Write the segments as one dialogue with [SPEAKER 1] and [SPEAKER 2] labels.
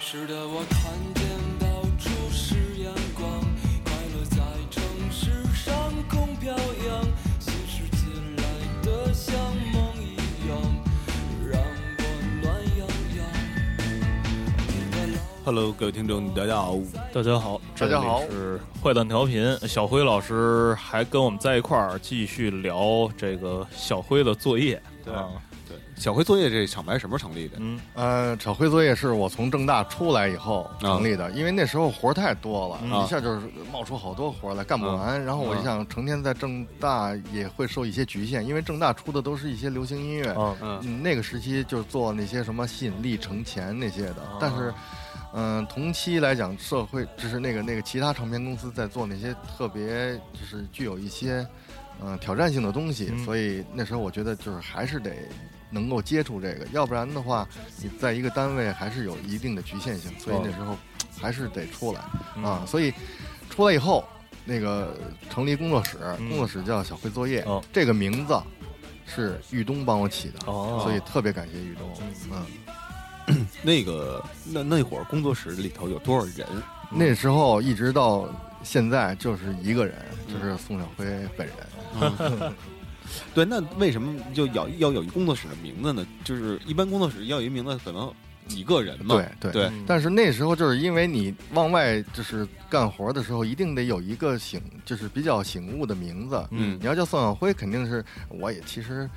[SPEAKER 1] 是的，我看见到处是阳光，快乐在城市上空飘扬，心事进来的像梦一样，让我暖洋洋。你的
[SPEAKER 2] Hello，各位听众，大家好，
[SPEAKER 3] 大家好，
[SPEAKER 4] 大家好
[SPEAKER 3] 这里是坏蛋调频，小辉老师还跟我们在一块儿继续聊这个小辉的作业。对啊，
[SPEAKER 2] 小辉作业这厂牌什么时候成立的？
[SPEAKER 3] 嗯，
[SPEAKER 4] 呃，炒灰作业是我从正大出来以后
[SPEAKER 3] 啊
[SPEAKER 4] 成立的，因为那时候活儿太多了，
[SPEAKER 3] 嗯
[SPEAKER 4] 一下就是冒出好多活儿来干
[SPEAKER 3] 啊
[SPEAKER 4] 不完。然后我就想，成天在正大也会受一些局限，因为正大出的都是一些流行音乐，
[SPEAKER 3] 啊，
[SPEAKER 2] 嗯，
[SPEAKER 4] 嗯，那个时期就做那些什么吸引力、成钱那些的。
[SPEAKER 3] 啊
[SPEAKER 4] 但是，嗯、同期来讲，社会就是那个那个其他唱片公司在做那些特别就是具有一些嗯、呃挑战性的东西，
[SPEAKER 3] 嗯
[SPEAKER 4] 所以那时候我觉得就是还是得。能够接触这个，要不然的话，你在一个单位还是有一定的局限性，
[SPEAKER 3] 哦
[SPEAKER 4] 所以那时候还是得出来、
[SPEAKER 3] 嗯
[SPEAKER 4] 啊。所以出来以后，那个成立工作室，
[SPEAKER 3] 嗯
[SPEAKER 4] 工作室叫小辉作业，
[SPEAKER 3] 哦
[SPEAKER 4] 这个名字是玉东帮我起的，
[SPEAKER 3] 哦
[SPEAKER 4] 所以特别感谢玉东。嗯，
[SPEAKER 2] 那个那那会儿工作室里头有多少人？
[SPEAKER 4] 那时候一直到现在就是一个人，就是宋小辉本人。
[SPEAKER 2] 嗯 对，那为什么就要要有一工作室的名字呢？就是一般工作室要有一名字，可能几个人嘛。
[SPEAKER 4] 对对
[SPEAKER 2] 对，
[SPEAKER 3] 嗯
[SPEAKER 4] 但是那时候就是因为你往外就是干活的时候，一定得有一个醒，就是比较醒悟的名字。
[SPEAKER 2] 嗯
[SPEAKER 4] 你要叫宋小辉，肯定是我也其实。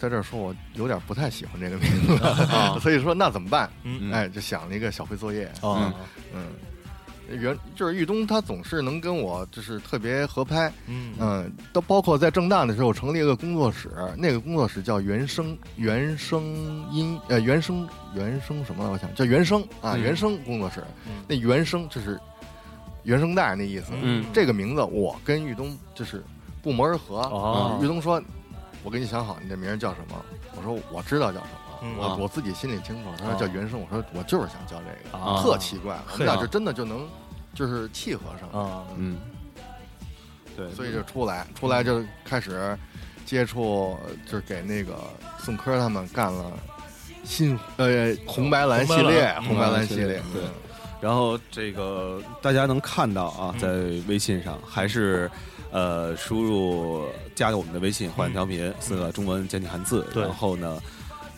[SPEAKER 4] 在这儿说，我有点不太喜欢这个名字， 所以说那怎么办？
[SPEAKER 3] 嗯
[SPEAKER 4] 哎，就想了一个小辉作业，
[SPEAKER 3] 啊，
[SPEAKER 4] 嗯，原就是玉东，他总是能跟我就是特别合拍，
[SPEAKER 3] 嗯
[SPEAKER 4] 嗯，都包括在正大的时候成立了个工作室，那个工作室叫原声原声音呃原声原声什么来我想叫原声啊、
[SPEAKER 2] 嗯
[SPEAKER 4] 原声工作室，
[SPEAKER 3] 嗯
[SPEAKER 4] 那原声就是原声带那意思，
[SPEAKER 2] 嗯
[SPEAKER 4] 这个名字我跟玉东就是不谋而合，啊
[SPEAKER 3] 哦
[SPEAKER 4] 玉东说，我给你想好你这名儿叫什么，我说我知道叫什么。
[SPEAKER 3] 嗯
[SPEAKER 4] 我
[SPEAKER 2] 啊
[SPEAKER 4] 我自己心里清楚，他说
[SPEAKER 3] 啊
[SPEAKER 4] 叫原声，我说我就是想叫这个，
[SPEAKER 3] 啊
[SPEAKER 4] 特奇怪，我
[SPEAKER 3] 嘿
[SPEAKER 4] 们俩
[SPEAKER 2] 啊
[SPEAKER 4] 就真的就能就是契合上，
[SPEAKER 3] 啊，
[SPEAKER 2] 嗯，对，
[SPEAKER 4] 所以就出来，出来就开始接触，就是给那个宋柯他们干了新呃红白蓝系列，
[SPEAKER 3] 红
[SPEAKER 4] 红
[SPEAKER 2] 白蓝
[SPEAKER 4] 白蓝
[SPEAKER 2] 嗯
[SPEAKER 4] 系列，
[SPEAKER 2] 对然后这个大家能看到啊，
[SPEAKER 3] 嗯
[SPEAKER 2] 在微信上还是呃输入加我们的微信“幻想调频”四个中文简体汉字，
[SPEAKER 3] 嗯对
[SPEAKER 2] 然后呢，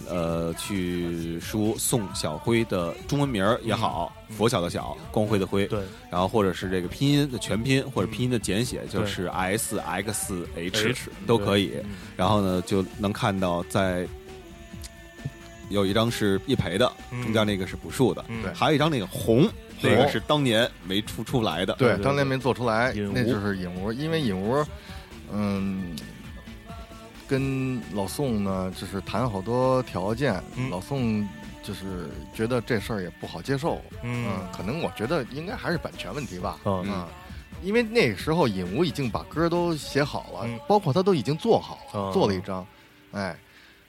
[SPEAKER 2] 呃，去输宋小辉的中文名儿也好，佛晓的晓，光辉的辉，
[SPEAKER 3] 嗯对，嗯
[SPEAKER 2] 然后或者是这个拼音的全拼或者拼音的简写，就
[SPEAKER 3] 对
[SPEAKER 2] 是 S X
[SPEAKER 3] H，嗯
[SPEAKER 2] H 都可以。然后呢，就能看到在有一张是叶培的，
[SPEAKER 3] 嗯
[SPEAKER 2] 中间那个是朴树的，
[SPEAKER 3] 嗯
[SPEAKER 4] 对
[SPEAKER 2] 还有一张那个红，那个
[SPEAKER 4] 红
[SPEAKER 2] 是当年没出出来的。
[SPEAKER 4] 对
[SPEAKER 3] 对，对
[SPEAKER 4] 当年没做出来
[SPEAKER 3] 引，
[SPEAKER 4] 那
[SPEAKER 3] 无
[SPEAKER 4] 就是影无，因为影无，嗯，跟老宋呢就是谈好多条件，
[SPEAKER 3] 嗯
[SPEAKER 4] 老宋就是觉得这事儿也不好接受，
[SPEAKER 3] 嗯
[SPEAKER 4] 可能我觉得应该还是版权问题吧，
[SPEAKER 3] 啊
[SPEAKER 4] 嗯因为那个时候尹无已经把歌都写好了，
[SPEAKER 3] 嗯
[SPEAKER 4] 包括他都已经做好了，
[SPEAKER 3] 哦
[SPEAKER 4] 做了一张，哎，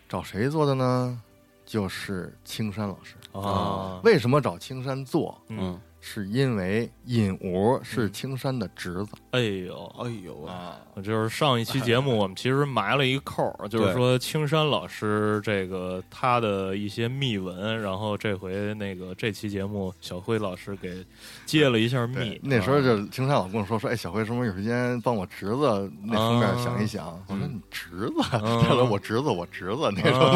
[SPEAKER 4] 找谁做的呢？就是青山老师。
[SPEAKER 3] 啊，
[SPEAKER 4] 为什么找青山做？
[SPEAKER 3] 嗯，
[SPEAKER 2] 嗯，
[SPEAKER 4] 是因为尹无是青山的侄子、
[SPEAKER 3] 哎呦。
[SPEAKER 2] 哎呦啊，
[SPEAKER 4] 啊，
[SPEAKER 3] 就是上一期节目，我们其实埋了一扣儿，就是说青山老师这个他的一些秘闻，然后这回那个这期节目，小辉老师给揭了一下啊
[SPEAKER 4] 对
[SPEAKER 3] 秘。，
[SPEAKER 4] 那时候就青山老跟我说说，哎，小辉什么时候有时间帮我侄子那封面想一想。我说你侄子，
[SPEAKER 3] 啊嗯
[SPEAKER 4] 他说我侄子，我侄子那时候、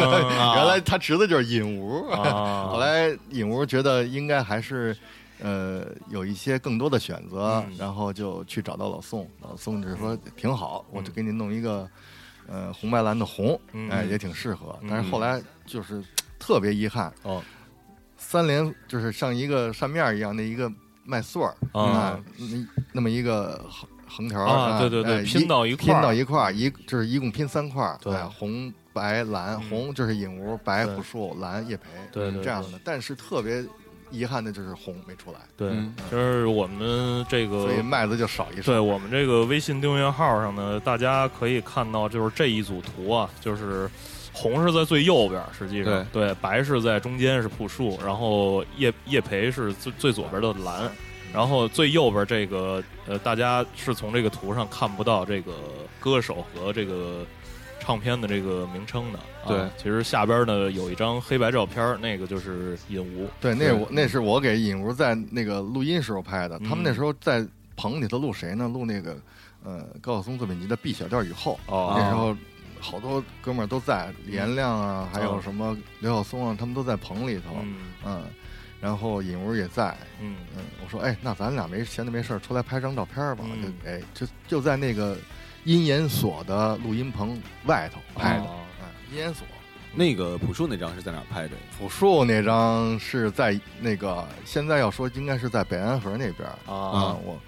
[SPEAKER 4] 原来他侄子就是尹无。
[SPEAKER 3] 啊，
[SPEAKER 4] 后来尹无觉得应该还是，呃，有一些更多的选择，
[SPEAKER 3] 嗯
[SPEAKER 4] 然后就去找到老宋，老宋就说挺好，我就给你弄一个，呃，红白蓝的红，
[SPEAKER 3] 嗯
[SPEAKER 4] 哎，也挺适合。
[SPEAKER 3] 嗯
[SPEAKER 4] 但是后来就是特别遗憾，
[SPEAKER 3] 哦，
[SPEAKER 4] 三连就是像一个扇面一样的一个麦穗儿
[SPEAKER 3] 啊
[SPEAKER 4] 那那么一个横横条儿
[SPEAKER 3] 啊对对对
[SPEAKER 4] 哎
[SPEAKER 3] 拼到一块
[SPEAKER 4] 拼
[SPEAKER 3] 儿
[SPEAKER 4] 到一块儿，一就是一共拼三块儿，
[SPEAKER 3] 对嗯
[SPEAKER 4] 哎红白蓝，红就是影无，白
[SPEAKER 3] 对
[SPEAKER 4] 朴树，蓝叶培，
[SPEAKER 3] 对对
[SPEAKER 4] 这样的。但是特别遗憾的就是红没出来，
[SPEAKER 3] 对
[SPEAKER 2] 嗯，
[SPEAKER 3] 就是我们这个
[SPEAKER 4] 所以麦子就少一
[SPEAKER 3] 对
[SPEAKER 4] 少。
[SPEAKER 3] 我们这个微信订阅号上呢，大家可以看到，就是这一组图啊，就是红是在最右边，实际上对白是在中间是朴树，然后叶叶培是最最左边的蓝，
[SPEAKER 4] 嗯
[SPEAKER 3] 然后最右边这个呃，大家是从这个图上看不到这个歌手和这个唱片的这个名称的。啊
[SPEAKER 2] 对
[SPEAKER 3] 其实下边呢有一张黑白照片，那个就是引无。
[SPEAKER 4] 对，那
[SPEAKER 2] 对
[SPEAKER 4] 是我那是我给尹如在那个录音时候拍的。他们那
[SPEAKER 3] 嗯
[SPEAKER 4] 时候在棚里头录谁呢？录那个呃高晓松作品集的《B 小调以后》。
[SPEAKER 3] 哦
[SPEAKER 4] 那时候好多哥们儿都在，李延亮啊，还有
[SPEAKER 3] 哦
[SPEAKER 4] 什么刘晓松啊，他们都在棚里头。
[SPEAKER 3] 嗯
[SPEAKER 4] 嗯，然后尹如也在。
[SPEAKER 3] 嗯
[SPEAKER 4] 嗯，我说哎，那咱俩没闲着没事儿出来拍张照片儿吧。
[SPEAKER 3] 嗯
[SPEAKER 4] 就哎，就就在那个音研所的录音棚外头拍的。
[SPEAKER 3] 哦
[SPEAKER 4] 嗯，音研所。
[SPEAKER 2] 那个朴树那张是在哪儿拍的？
[SPEAKER 4] 朴树那张是在那个，现在要说应该是在北安河那边儿
[SPEAKER 3] 啊
[SPEAKER 4] 啊。我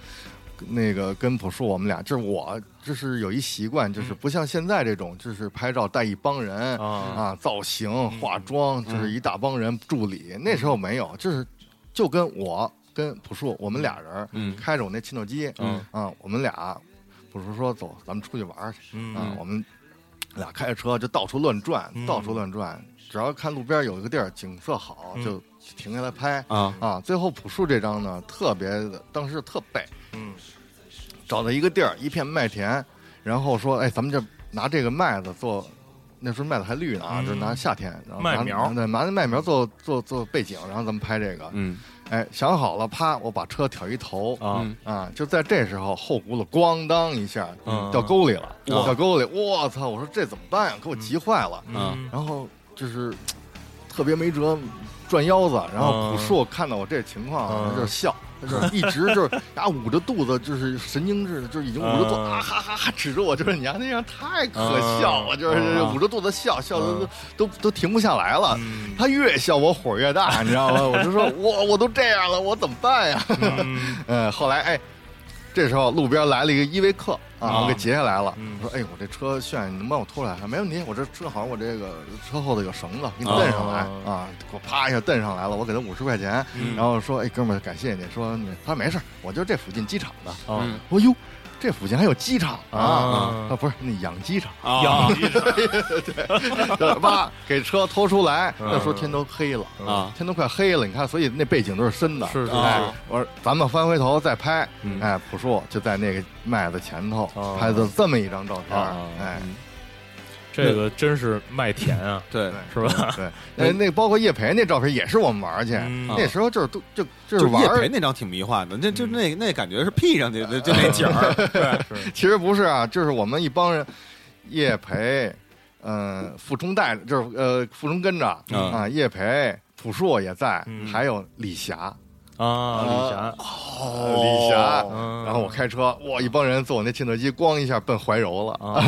[SPEAKER 4] 那个跟朴树，我们俩就是我，就是有一习惯，就是不像现在这种，就是拍照带一帮人
[SPEAKER 3] 嗯啊嗯啊
[SPEAKER 4] 啊，造型、化妆，就是一大帮人助理。那时候
[SPEAKER 3] 嗯
[SPEAKER 4] 没有，就是就跟我跟朴树，我们俩人儿
[SPEAKER 2] 嗯
[SPEAKER 4] 开着我那切诺基
[SPEAKER 3] 嗯
[SPEAKER 4] 啊，我们俩，朴树说走，咱们出去玩儿去。啊，
[SPEAKER 3] 嗯
[SPEAKER 4] 我们俩开着车就到处乱转，
[SPEAKER 3] 嗯
[SPEAKER 4] 到处乱转，只要看路边有一个地儿景色好，
[SPEAKER 3] 嗯
[SPEAKER 4] 就停下来拍。
[SPEAKER 2] 啊
[SPEAKER 4] 啊，最后朴树这张呢，特别的，当时特背，
[SPEAKER 3] 嗯
[SPEAKER 4] 找到一个地儿，一片麦田，然后说，哎，咱们这拿这个麦子做，那时候麦子还绿呢啊，
[SPEAKER 3] 嗯
[SPEAKER 4] 就拿夏天，然后拿
[SPEAKER 3] 麦苗
[SPEAKER 4] 对，拿那麦苗做做做背景，然后咱们拍这个，
[SPEAKER 2] 嗯
[SPEAKER 4] 哎，想好了，啪，我把车挑一头，
[SPEAKER 3] 啊
[SPEAKER 2] 嗯
[SPEAKER 4] 啊，就在这时候，后轱辘咣当一下
[SPEAKER 3] 嗯
[SPEAKER 4] 掉沟里了，
[SPEAKER 2] 哇
[SPEAKER 4] 掉沟里，我操！我说这怎么办呀？给我急坏了。
[SPEAKER 2] 啊
[SPEAKER 3] 嗯
[SPEAKER 4] 然后就是嘖特别没辙，转腰子。然后
[SPEAKER 3] 嗯
[SPEAKER 4] 朴树看到我这情况啊，
[SPEAKER 3] 嗯
[SPEAKER 4] 他就笑，他就是一直就是啊捂着肚子，就是神经质的，就是已经捂着肚子
[SPEAKER 3] 嗯
[SPEAKER 4] 啊哈哈哈，指着我，就是你啊那样太可笑了，
[SPEAKER 3] 嗯
[SPEAKER 4] 就是
[SPEAKER 3] 嗯
[SPEAKER 4] 捂着肚子笑，笑的
[SPEAKER 3] 嗯
[SPEAKER 4] 都都都停不下来了。
[SPEAKER 3] 嗯
[SPEAKER 4] 他越笑我火越大，你知道吗？我就说我我都这样了，我怎么办呀？
[SPEAKER 3] 嗯
[SPEAKER 4] 嗯，后来哎，这时候路边来了一个依维柯啊，
[SPEAKER 3] 啊
[SPEAKER 4] 我给截下来了。
[SPEAKER 3] 嗯
[SPEAKER 4] 我说哎，我这车炫，你能帮我拖出来？没问题，我这正好我这个车后头有绳子，给你蹬上来
[SPEAKER 3] 啊
[SPEAKER 4] 啊！给我啪一下蹬上来了，我给他五十块钱，
[SPEAKER 3] 嗯
[SPEAKER 4] 然后说哎哥们儿，感谢你。说你他说没事儿，我就这附近机场的。
[SPEAKER 3] 啊
[SPEAKER 2] 嗯
[SPEAKER 4] 我哟，这附近还有机场啊？
[SPEAKER 3] 啊
[SPEAKER 4] 啊，不是那养鸡场。
[SPEAKER 2] 啊
[SPEAKER 3] 养
[SPEAKER 4] 哇，给车拖出来，
[SPEAKER 3] 嗯
[SPEAKER 4] 那时候天都黑了。
[SPEAKER 2] 啊
[SPEAKER 4] 天都快黑了，你看，所以那背景都是深的。
[SPEAKER 3] 是是
[SPEAKER 4] 哎
[SPEAKER 2] 是，
[SPEAKER 4] 我说咱们翻回头再拍。
[SPEAKER 2] 嗯
[SPEAKER 4] 哎，朴树就在那个麦子前头
[SPEAKER 3] 哦
[SPEAKER 4] 拍的这么一张照片儿
[SPEAKER 2] 啊
[SPEAKER 3] 哦。
[SPEAKER 4] 哎，
[SPEAKER 3] 这个真是麦田啊，
[SPEAKER 2] 嗯对
[SPEAKER 4] 对
[SPEAKER 3] 是吧？
[SPEAKER 4] 对，哎那那包括叶培那照片也是我们玩儿去，啊
[SPEAKER 3] 嗯
[SPEAKER 4] 那时候就是都就就是
[SPEAKER 2] 就
[SPEAKER 4] 玩
[SPEAKER 2] 叶
[SPEAKER 4] 儿嗯
[SPEAKER 2] 培。那张挺迷幻的，那就那那感觉是 P 上去的， 就那景儿，对，
[SPEAKER 4] 其实不是啊，就是我们一帮人，叶培，嗯，傅中带着就是呃傅中跟着
[SPEAKER 2] 嗯
[SPEAKER 4] 啊，叶培、朴树也在
[SPEAKER 3] 嗯，
[SPEAKER 4] 还有李霞，
[SPEAKER 3] 啊，李霞，
[SPEAKER 4] 呃李霞，
[SPEAKER 3] 哦嗯
[SPEAKER 4] 然后我开车，哇，一帮人坐我那切诺基，咣一下奔怀柔了。
[SPEAKER 3] 啊，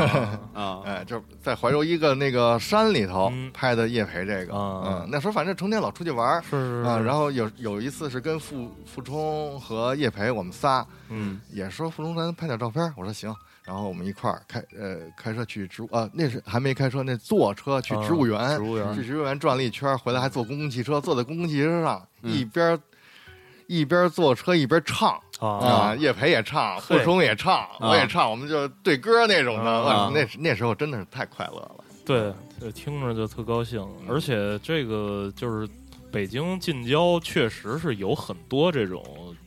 [SPEAKER 2] 啊
[SPEAKER 4] 哎，就是在怀柔一个那个山里头
[SPEAKER 3] 嗯
[SPEAKER 4] 拍的叶培这个，
[SPEAKER 3] 啊
[SPEAKER 4] 嗯，那时候反正成天老出去玩儿
[SPEAKER 3] 是是
[SPEAKER 4] 啊，然
[SPEAKER 3] 后
[SPEAKER 4] 后有有一次是跟傅傅冲和叶培我们仨，
[SPEAKER 3] 嗯
[SPEAKER 4] 也说傅冲咱拍点照片儿，我说行，然后我们一块儿开呃开车去植物啊，那是还没开车，那坐车去
[SPEAKER 3] 啊
[SPEAKER 4] 哎植物园，
[SPEAKER 3] 植物园
[SPEAKER 4] 去植物园转了一圈儿，回来还坐公共汽车，坐在公共汽车上、
[SPEAKER 3] 嗯
[SPEAKER 4] 一边儿一边儿坐车一边儿唱。
[SPEAKER 3] 啊
[SPEAKER 4] 啊，叶培也唱，
[SPEAKER 3] 嘿
[SPEAKER 4] 傅冲也唱，我也唱，我们就对歌那种的。
[SPEAKER 3] 啊
[SPEAKER 4] 哇那那时候真的是太快乐了。
[SPEAKER 3] 对，对，听着就特高兴。而且这个就是北京近郊，确实是有很多这种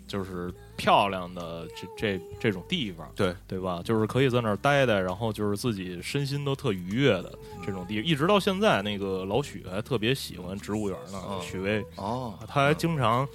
[SPEAKER 3] 就是漂亮的这这这种地方，
[SPEAKER 2] 对
[SPEAKER 3] 对吧？就是可以在那儿待待，然后就是自己身心都特愉悦的这种地。一直到现在，那个老许还特别喜欢植物园呢，
[SPEAKER 4] 嗯
[SPEAKER 3] 许巍，
[SPEAKER 4] 哦
[SPEAKER 3] 他还经常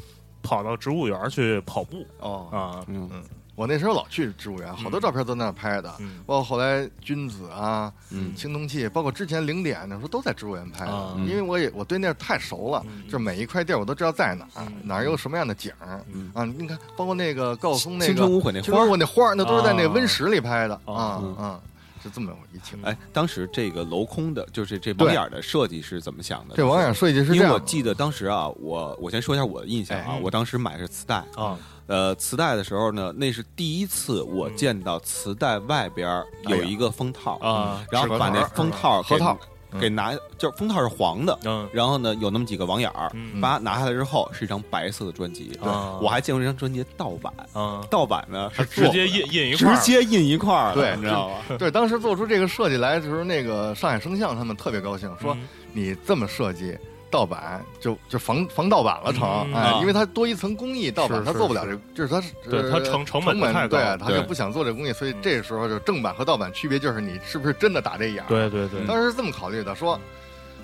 [SPEAKER 3] 跑到植物园去跑步
[SPEAKER 4] 哦，
[SPEAKER 3] 啊。
[SPEAKER 2] 嗯
[SPEAKER 4] 我那时候老去植物园，好多照片都在那儿拍的，
[SPEAKER 3] 嗯
[SPEAKER 4] 包括后来君子啊、
[SPEAKER 2] 嗯
[SPEAKER 4] 青铜器，包括之前零点那时候都在植物园拍的
[SPEAKER 3] 啊，
[SPEAKER 2] 嗯
[SPEAKER 4] 因为我也我对那儿太熟了
[SPEAKER 3] 嗯，
[SPEAKER 4] 就每一块地儿我都知道在哪儿
[SPEAKER 3] 嗯
[SPEAKER 4] 哪儿有什么样的景儿
[SPEAKER 2] 嗯
[SPEAKER 4] 啊。你看，包括那个高晓松那个
[SPEAKER 2] 青春无悔那
[SPEAKER 4] 青
[SPEAKER 2] 花
[SPEAKER 4] 春
[SPEAKER 2] 儿
[SPEAKER 4] 无悔那花儿，那都是在那
[SPEAKER 3] 啊
[SPEAKER 4] 个温室里拍的
[SPEAKER 3] 啊
[SPEAKER 4] 啊
[SPEAKER 2] 嗯
[SPEAKER 4] 啊，是这么一情况。
[SPEAKER 2] 哎，当时这个镂空的，就是这网眼儿的设计是怎么想的？
[SPEAKER 4] 这网眼设计是这
[SPEAKER 2] 因为
[SPEAKER 4] 样
[SPEAKER 2] 我
[SPEAKER 4] 的，
[SPEAKER 2] 记得当时啊，我我先说一下我的印象啊，
[SPEAKER 3] 哎
[SPEAKER 2] 我当时买的是磁带，
[SPEAKER 3] 啊，
[SPEAKER 2] 呃，磁带的时候呢，那是第一次我见到磁带外边儿有一个封套嗯
[SPEAKER 3] 啊
[SPEAKER 2] 然后把那封套
[SPEAKER 4] 纸壳套
[SPEAKER 2] 给给拿，就是封套是黄的，
[SPEAKER 3] 嗯
[SPEAKER 2] 然后呢有那么几个网眼儿，
[SPEAKER 3] 嗯
[SPEAKER 2] 把它拿下来之后是一张白色的专辑，
[SPEAKER 3] 啊
[SPEAKER 2] 我还见过这张专辑的盗版，
[SPEAKER 3] 啊，
[SPEAKER 2] 盗版呢是
[SPEAKER 3] 直
[SPEAKER 2] 做
[SPEAKER 3] 接印印一块儿
[SPEAKER 2] 直接印一块儿的，
[SPEAKER 4] 对
[SPEAKER 2] 你知道吗？
[SPEAKER 4] 对，当时做出这个设计来的时候，那个上海声像他们特别高兴，说
[SPEAKER 3] 嗯
[SPEAKER 4] 你这么设计，盗版，就就防防盗版了成，
[SPEAKER 3] 嗯
[SPEAKER 4] 哎
[SPEAKER 2] 啊，
[SPEAKER 4] 因为它多一层工艺，盗版
[SPEAKER 3] 是
[SPEAKER 4] 它
[SPEAKER 3] 是
[SPEAKER 4] 做不了
[SPEAKER 3] 是
[SPEAKER 4] 这，就是它是
[SPEAKER 3] 对它
[SPEAKER 4] 呃
[SPEAKER 3] 成成
[SPEAKER 4] 成
[SPEAKER 3] 本
[SPEAKER 4] 本
[SPEAKER 3] 太高嗯
[SPEAKER 4] 对，它
[SPEAKER 2] 对
[SPEAKER 4] 就不想做这工艺，所以这时候就正版和盗版区别就是你是不是真的打这眼儿。
[SPEAKER 3] 对对对，
[SPEAKER 4] 当时是这么考虑的，说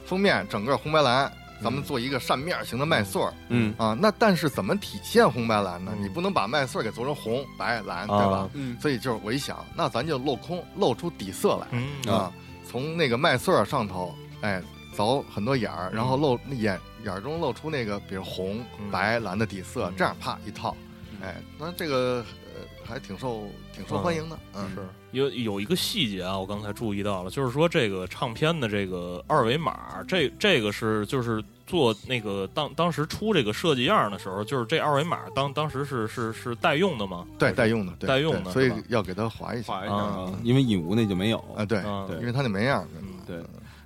[SPEAKER 4] 封面整个红白蓝，咱
[SPEAKER 3] 嗯
[SPEAKER 4] 们做一个扇面型的麦穗儿
[SPEAKER 2] 嗯
[SPEAKER 4] 啊，那但是怎么体现红白蓝呢？
[SPEAKER 3] 嗯
[SPEAKER 4] 你不能把麦穗儿给做成红白蓝，对吧
[SPEAKER 3] 啊？，
[SPEAKER 2] 嗯
[SPEAKER 4] 所以就是我一想，那咱就镂空，露出底色来。
[SPEAKER 3] 嗯
[SPEAKER 4] 啊，从那个麦穗儿上头，哎，凿很多眼儿，然后露眼眼儿中露出那个，比如红
[SPEAKER 3] 嗯、
[SPEAKER 4] 白、蓝的底色
[SPEAKER 3] 嗯，
[SPEAKER 4] 这样啪一套，哎，那这个呃还挺受挺受欢迎的，嗯，
[SPEAKER 3] 是有有一个细节啊，我刚才注意到了，就是说这个唱片的这个二维码，这这个是就是做那个当当时出这个设计样儿的时候，就是这二维码当当时是是是代用的吗？
[SPEAKER 4] 对，代用的，对
[SPEAKER 3] 代用的
[SPEAKER 4] 对所以
[SPEAKER 3] 是吧
[SPEAKER 4] 要给它划一下
[SPEAKER 2] 画一
[SPEAKER 4] 啊
[SPEAKER 2] 下
[SPEAKER 3] 啊
[SPEAKER 2] 啊，因为影无那就没有。
[SPEAKER 4] 对
[SPEAKER 3] 啊嗯
[SPEAKER 4] 因为它那没样儿，
[SPEAKER 2] 对，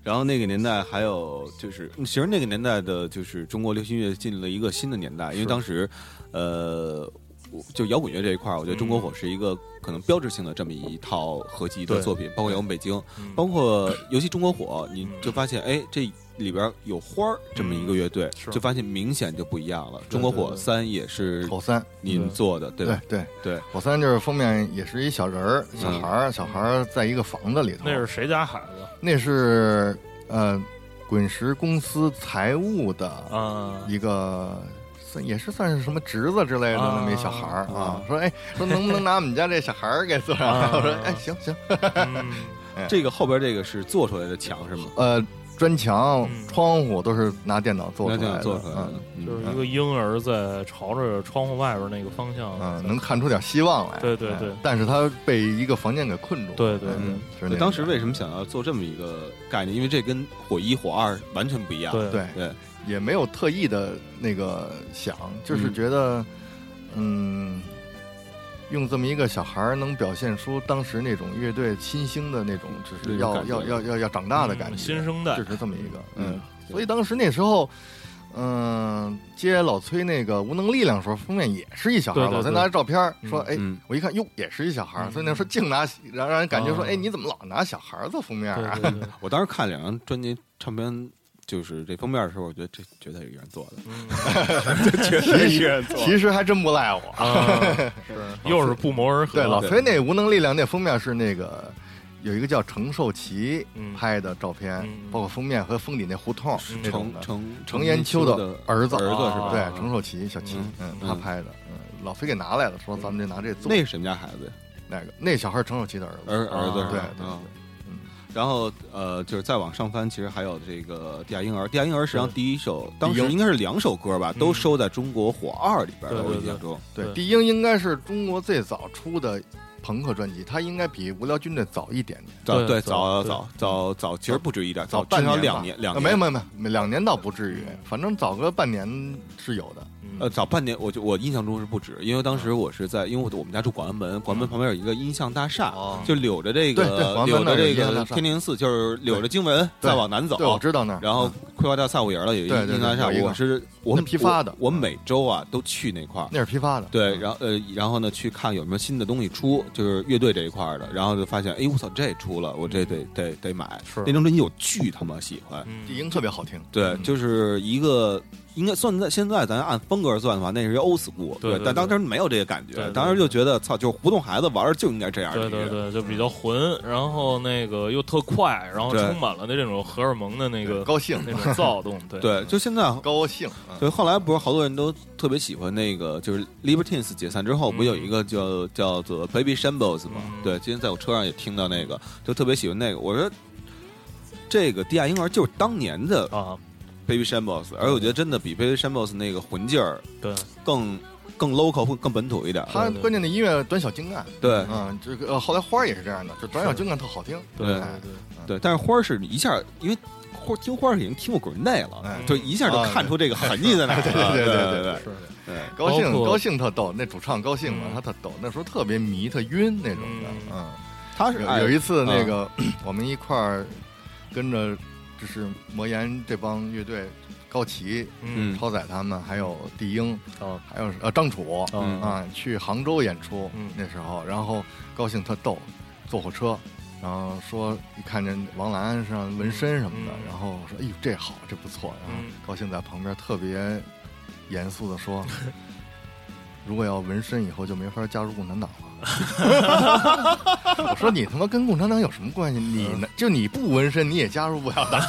[SPEAKER 2] 然后那个年代还有就是，嗯其实那个年代的就是中国流行乐进了一个新的年代，因为
[SPEAKER 3] 是
[SPEAKER 2] 当时，呃，我就摇滚乐这一块儿，我觉得
[SPEAKER 3] 嗯
[SPEAKER 2] 中国火是一个可能标志性的这么一套合集的
[SPEAKER 3] 对
[SPEAKER 2] 作品，包括摇滚北京，
[SPEAKER 3] 嗯
[SPEAKER 2] 包括尤其中国火，你
[SPEAKER 3] 嗯
[SPEAKER 2] 就发现哎这。里边有花儿这么一个乐队，
[SPEAKER 3] 嗯是
[SPEAKER 2] 就发现明显就不一样了。中国
[SPEAKER 3] 对
[SPEAKER 2] 火
[SPEAKER 3] 对
[SPEAKER 2] 三也是
[SPEAKER 4] 口三，
[SPEAKER 2] 您
[SPEAKER 3] 嗯对
[SPEAKER 2] 做的，对
[SPEAKER 4] 对
[SPEAKER 2] 吧？
[SPEAKER 4] 对
[SPEAKER 2] 对，
[SPEAKER 4] 口三就是封面也是一小人儿，小孩儿，小孩儿在一个房子里头，
[SPEAKER 3] 嗯那是谁家孩子？
[SPEAKER 4] 那是呃滚石公司财务的
[SPEAKER 3] 啊，
[SPEAKER 4] 一个算也是算是什么侄子之类的
[SPEAKER 3] 啊
[SPEAKER 4] 那么一小孩儿
[SPEAKER 2] 啊
[SPEAKER 4] 啊，说哎，说能不能拿我们家这小孩儿给做
[SPEAKER 3] 啊
[SPEAKER 4] 上？我说哎，行行，
[SPEAKER 3] 嗯
[SPEAKER 2] 这个后边这个是做出来的墙是吗？
[SPEAKER 4] 呃，砖墙
[SPEAKER 3] 嗯、
[SPEAKER 4] 窗户都是拿电脑做
[SPEAKER 2] 那
[SPEAKER 4] 出
[SPEAKER 2] 这
[SPEAKER 4] 来
[SPEAKER 2] 样
[SPEAKER 4] 的，
[SPEAKER 2] 做出来的
[SPEAKER 4] 嗯，
[SPEAKER 2] 嗯
[SPEAKER 3] 啊就是一个婴儿在朝着窗户外边那个方向，
[SPEAKER 4] 嗯，能看出点希望来。
[SPEAKER 3] 对对对
[SPEAKER 4] 哎但是他被一个房间给困住了。
[SPEAKER 3] 对对对
[SPEAKER 4] 嗯，就是
[SPEAKER 2] 那
[SPEAKER 4] 那个
[SPEAKER 2] 当时为什么想要做这么一个概念？因为这跟火一、火二完全不一样。
[SPEAKER 3] 对
[SPEAKER 4] 对
[SPEAKER 2] 啊对，
[SPEAKER 4] 也没有特意的那个想，就是
[SPEAKER 2] 嗯
[SPEAKER 4] 觉得，嗯，用这么一个小孩儿能表现出当时那种乐队新兴的那种，就
[SPEAKER 2] 那种
[SPEAKER 4] 是要
[SPEAKER 2] 感觉
[SPEAKER 4] 要要要要长大的感觉，
[SPEAKER 3] 嗯新生代
[SPEAKER 4] 就是这么一个，
[SPEAKER 2] 嗯
[SPEAKER 4] 嗯，所以当时那时候。嗯，接老崔那个无能力量的时候，封面也是一小孩儿。
[SPEAKER 3] 对对
[SPEAKER 4] 老崔
[SPEAKER 3] 对
[SPEAKER 4] 拿着照片儿说：“哎，
[SPEAKER 2] 嗯
[SPEAKER 4] 我一看，哟，也是一小孩儿。
[SPEAKER 3] 嗯
[SPEAKER 4] 所以那时候净拿，让让人感觉说：“
[SPEAKER 3] 啊
[SPEAKER 4] 哎，你怎么老拿小孩儿做封面啊？”
[SPEAKER 3] 对 对对，
[SPEAKER 2] 我当时看两张专辑唱片，就是这封面的时候，我觉得这绝对是原做的，
[SPEAKER 3] 嗯
[SPEAKER 2] 绝对是原做的。
[SPEAKER 4] 其实还真不赖我。
[SPEAKER 3] 啊， 又是不谋而合，
[SPEAKER 4] 对，老崔那无能力量那封面是那个有一个叫程寿奇
[SPEAKER 3] 嗯
[SPEAKER 4] 拍的照片，
[SPEAKER 3] 嗯
[SPEAKER 4] 包括封面和封底那胡同儿那种
[SPEAKER 2] 程
[SPEAKER 4] 的。
[SPEAKER 2] 程
[SPEAKER 4] 程砚秋
[SPEAKER 2] 的
[SPEAKER 4] 的儿子
[SPEAKER 2] 嗯儿子是吧？啊
[SPEAKER 4] 对，程寿奇小齐
[SPEAKER 2] 嗯，
[SPEAKER 4] 嗯，
[SPEAKER 2] 嗯
[SPEAKER 4] 他拍的，嗯，老崔给拿来了，说咱们就拿这做
[SPEAKER 2] 那是谁们家孩子呀？
[SPEAKER 4] 那个那小孩儿程寿奇的儿子，
[SPEAKER 2] 儿儿子是
[SPEAKER 4] 对
[SPEAKER 2] 吧？
[SPEAKER 4] 对
[SPEAKER 2] 啊
[SPEAKER 4] 对，嗯，
[SPEAKER 2] 然后呃，就是再往上翻，其实还有这个《地下婴儿》。《地下婴儿》实际上第一首，当时
[SPEAKER 4] 第一
[SPEAKER 2] 应该是两首歌吧，
[SPEAKER 3] 嗯
[SPEAKER 2] 都收在《中国火二》里边
[SPEAKER 3] 对
[SPEAKER 2] 了。
[SPEAKER 3] 对
[SPEAKER 2] 我印象中，
[SPEAKER 3] 对
[SPEAKER 4] 对，地鹰应该是中国最早出的朋克专辑，它应该比无聊军队早一点点，
[SPEAKER 2] 早
[SPEAKER 3] 对
[SPEAKER 2] 早
[SPEAKER 3] 对
[SPEAKER 2] 早早早，其实不止一点，早
[SPEAKER 4] 早
[SPEAKER 2] 至
[SPEAKER 4] 半
[SPEAKER 2] 少
[SPEAKER 4] 吧
[SPEAKER 2] 两年两
[SPEAKER 4] 呃
[SPEAKER 2] 年嗯
[SPEAKER 4] 没有没有没有两年倒不至于，反正早个半年是有的，
[SPEAKER 3] 嗯
[SPEAKER 2] 呃，早半年，我就我印象中是不止，因为当时我是在，因为我我们家住广安门，广安门旁边有一个音像大厦，
[SPEAKER 4] 哦
[SPEAKER 2] 就柳着这
[SPEAKER 4] 对对
[SPEAKER 2] 个
[SPEAKER 4] 广安门
[SPEAKER 2] 柳着
[SPEAKER 4] 那儿有
[SPEAKER 2] 这
[SPEAKER 4] 音像
[SPEAKER 2] 个
[SPEAKER 4] 大厦
[SPEAKER 2] 天宁寺，就是柳着经文，
[SPEAKER 4] 对
[SPEAKER 2] 再往南
[SPEAKER 4] 对，我
[SPEAKER 2] 走，
[SPEAKER 4] 知道那儿，
[SPEAKER 2] 哦
[SPEAKER 4] 嗯
[SPEAKER 2] 然后快划到萨库营了，有一
[SPEAKER 4] 对
[SPEAKER 2] 个
[SPEAKER 4] 对对
[SPEAKER 2] 音像大厦，
[SPEAKER 4] 有一个
[SPEAKER 2] 我是我们
[SPEAKER 4] 那批发的
[SPEAKER 2] 我我每周啊都去那块儿。
[SPEAKER 4] 那是批发的，
[SPEAKER 2] 对，
[SPEAKER 4] 嗯
[SPEAKER 2] 然后呃，然后呢，去看有什么新的东西出，就是乐队这一块儿的，然后就发现，哎，我操，这出了，我这得得得买。
[SPEAKER 3] 是
[SPEAKER 2] 那张专辑我巨他妈喜欢，
[SPEAKER 3] 嗯
[SPEAKER 4] 地鹰特别好听，嗯
[SPEAKER 2] 对，就是一个应该算在现在咱按风格算的话，那是一个 old school，
[SPEAKER 3] 对对
[SPEAKER 2] 但当时没有这个感觉，
[SPEAKER 3] 对对对
[SPEAKER 2] 当时就觉得操，就是胡同孩子玩儿就应该这样的
[SPEAKER 3] 对
[SPEAKER 2] 音乐，
[SPEAKER 3] 对对，就比较浑，然后那个又特快，然后
[SPEAKER 2] 对充
[SPEAKER 3] 充满了那种荷尔蒙的那个
[SPEAKER 4] 高兴
[SPEAKER 3] 那种躁动，对
[SPEAKER 2] 对就现在。
[SPEAKER 4] 高兴，嗯
[SPEAKER 2] 对，后来不是好多人都特别喜欢那个，就是 Libertines 解散之后，不有一个叫、叫做 Baby Shambles 吗？
[SPEAKER 3] 嗯
[SPEAKER 2] 对，今天在我车上也听到那个，就特别喜欢那个。我说，这个地下婴儿就是当年的
[SPEAKER 3] 啊，
[SPEAKER 2] Baby Shambles，而
[SPEAKER 3] 嗯
[SPEAKER 2] 我觉得真的比 Baby Shambles 那个魂劲儿
[SPEAKER 3] 对，
[SPEAKER 2] 更更 local 会更本土一点。
[SPEAKER 4] 他关键的音乐短小精干，
[SPEAKER 2] 对，
[SPEAKER 4] 嗯，这个呃后来花儿也是这样的，就短小精干特好听，
[SPEAKER 3] 对
[SPEAKER 2] 对
[SPEAKER 4] 哎
[SPEAKER 3] 对
[SPEAKER 2] 对，但是花儿是一下，因为花儿听花儿已经听过滚内了，
[SPEAKER 4] 哎
[SPEAKER 2] 就一下就看出这个痕迹在哪儿了。
[SPEAKER 4] 对
[SPEAKER 2] 对
[SPEAKER 4] 对
[SPEAKER 2] 对
[SPEAKER 4] 对对
[SPEAKER 2] 对
[SPEAKER 4] 高兴
[SPEAKER 3] 包括
[SPEAKER 4] 高兴特逗，那主唱高兴嘛
[SPEAKER 3] 嗯，
[SPEAKER 4] 他特逗，那时候特别迷，特晕那种的，嗯，
[SPEAKER 2] 他是
[SPEAKER 4] 有
[SPEAKER 2] 哎
[SPEAKER 4] 有一次那个 我们一块儿跟着就是魔岩这帮乐队，高旗、
[SPEAKER 2] 嗯
[SPEAKER 4] 超载他们，还有地鹰，
[SPEAKER 3] 啊
[SPEAKER 4] 还有呃张楚
[SPEAKER 2] 嗯
[SPEAKER 4] 啊，去杭州演出
[SPEAKER 3] 嗯
[SPEAKER 4] 那时候，然后高兴特逗，坐火车。然后说一看见王兰身上纹身什么的，
[SPEAKER 3] 嗯
[SPEAKER 4] 然后说哎呦这好，这不错，然后
[SPEAKER 3] 嗯
[SPEAKER 4] 高兴在旁边特别严肃的说， 如果要纹身以后就没法加入共产党了。 我说你他妈跟共产党有什么关系？你
[SPEAKER 3] 嗯
[SPEAKER 4] 呢就你不纹身你也加入不了党，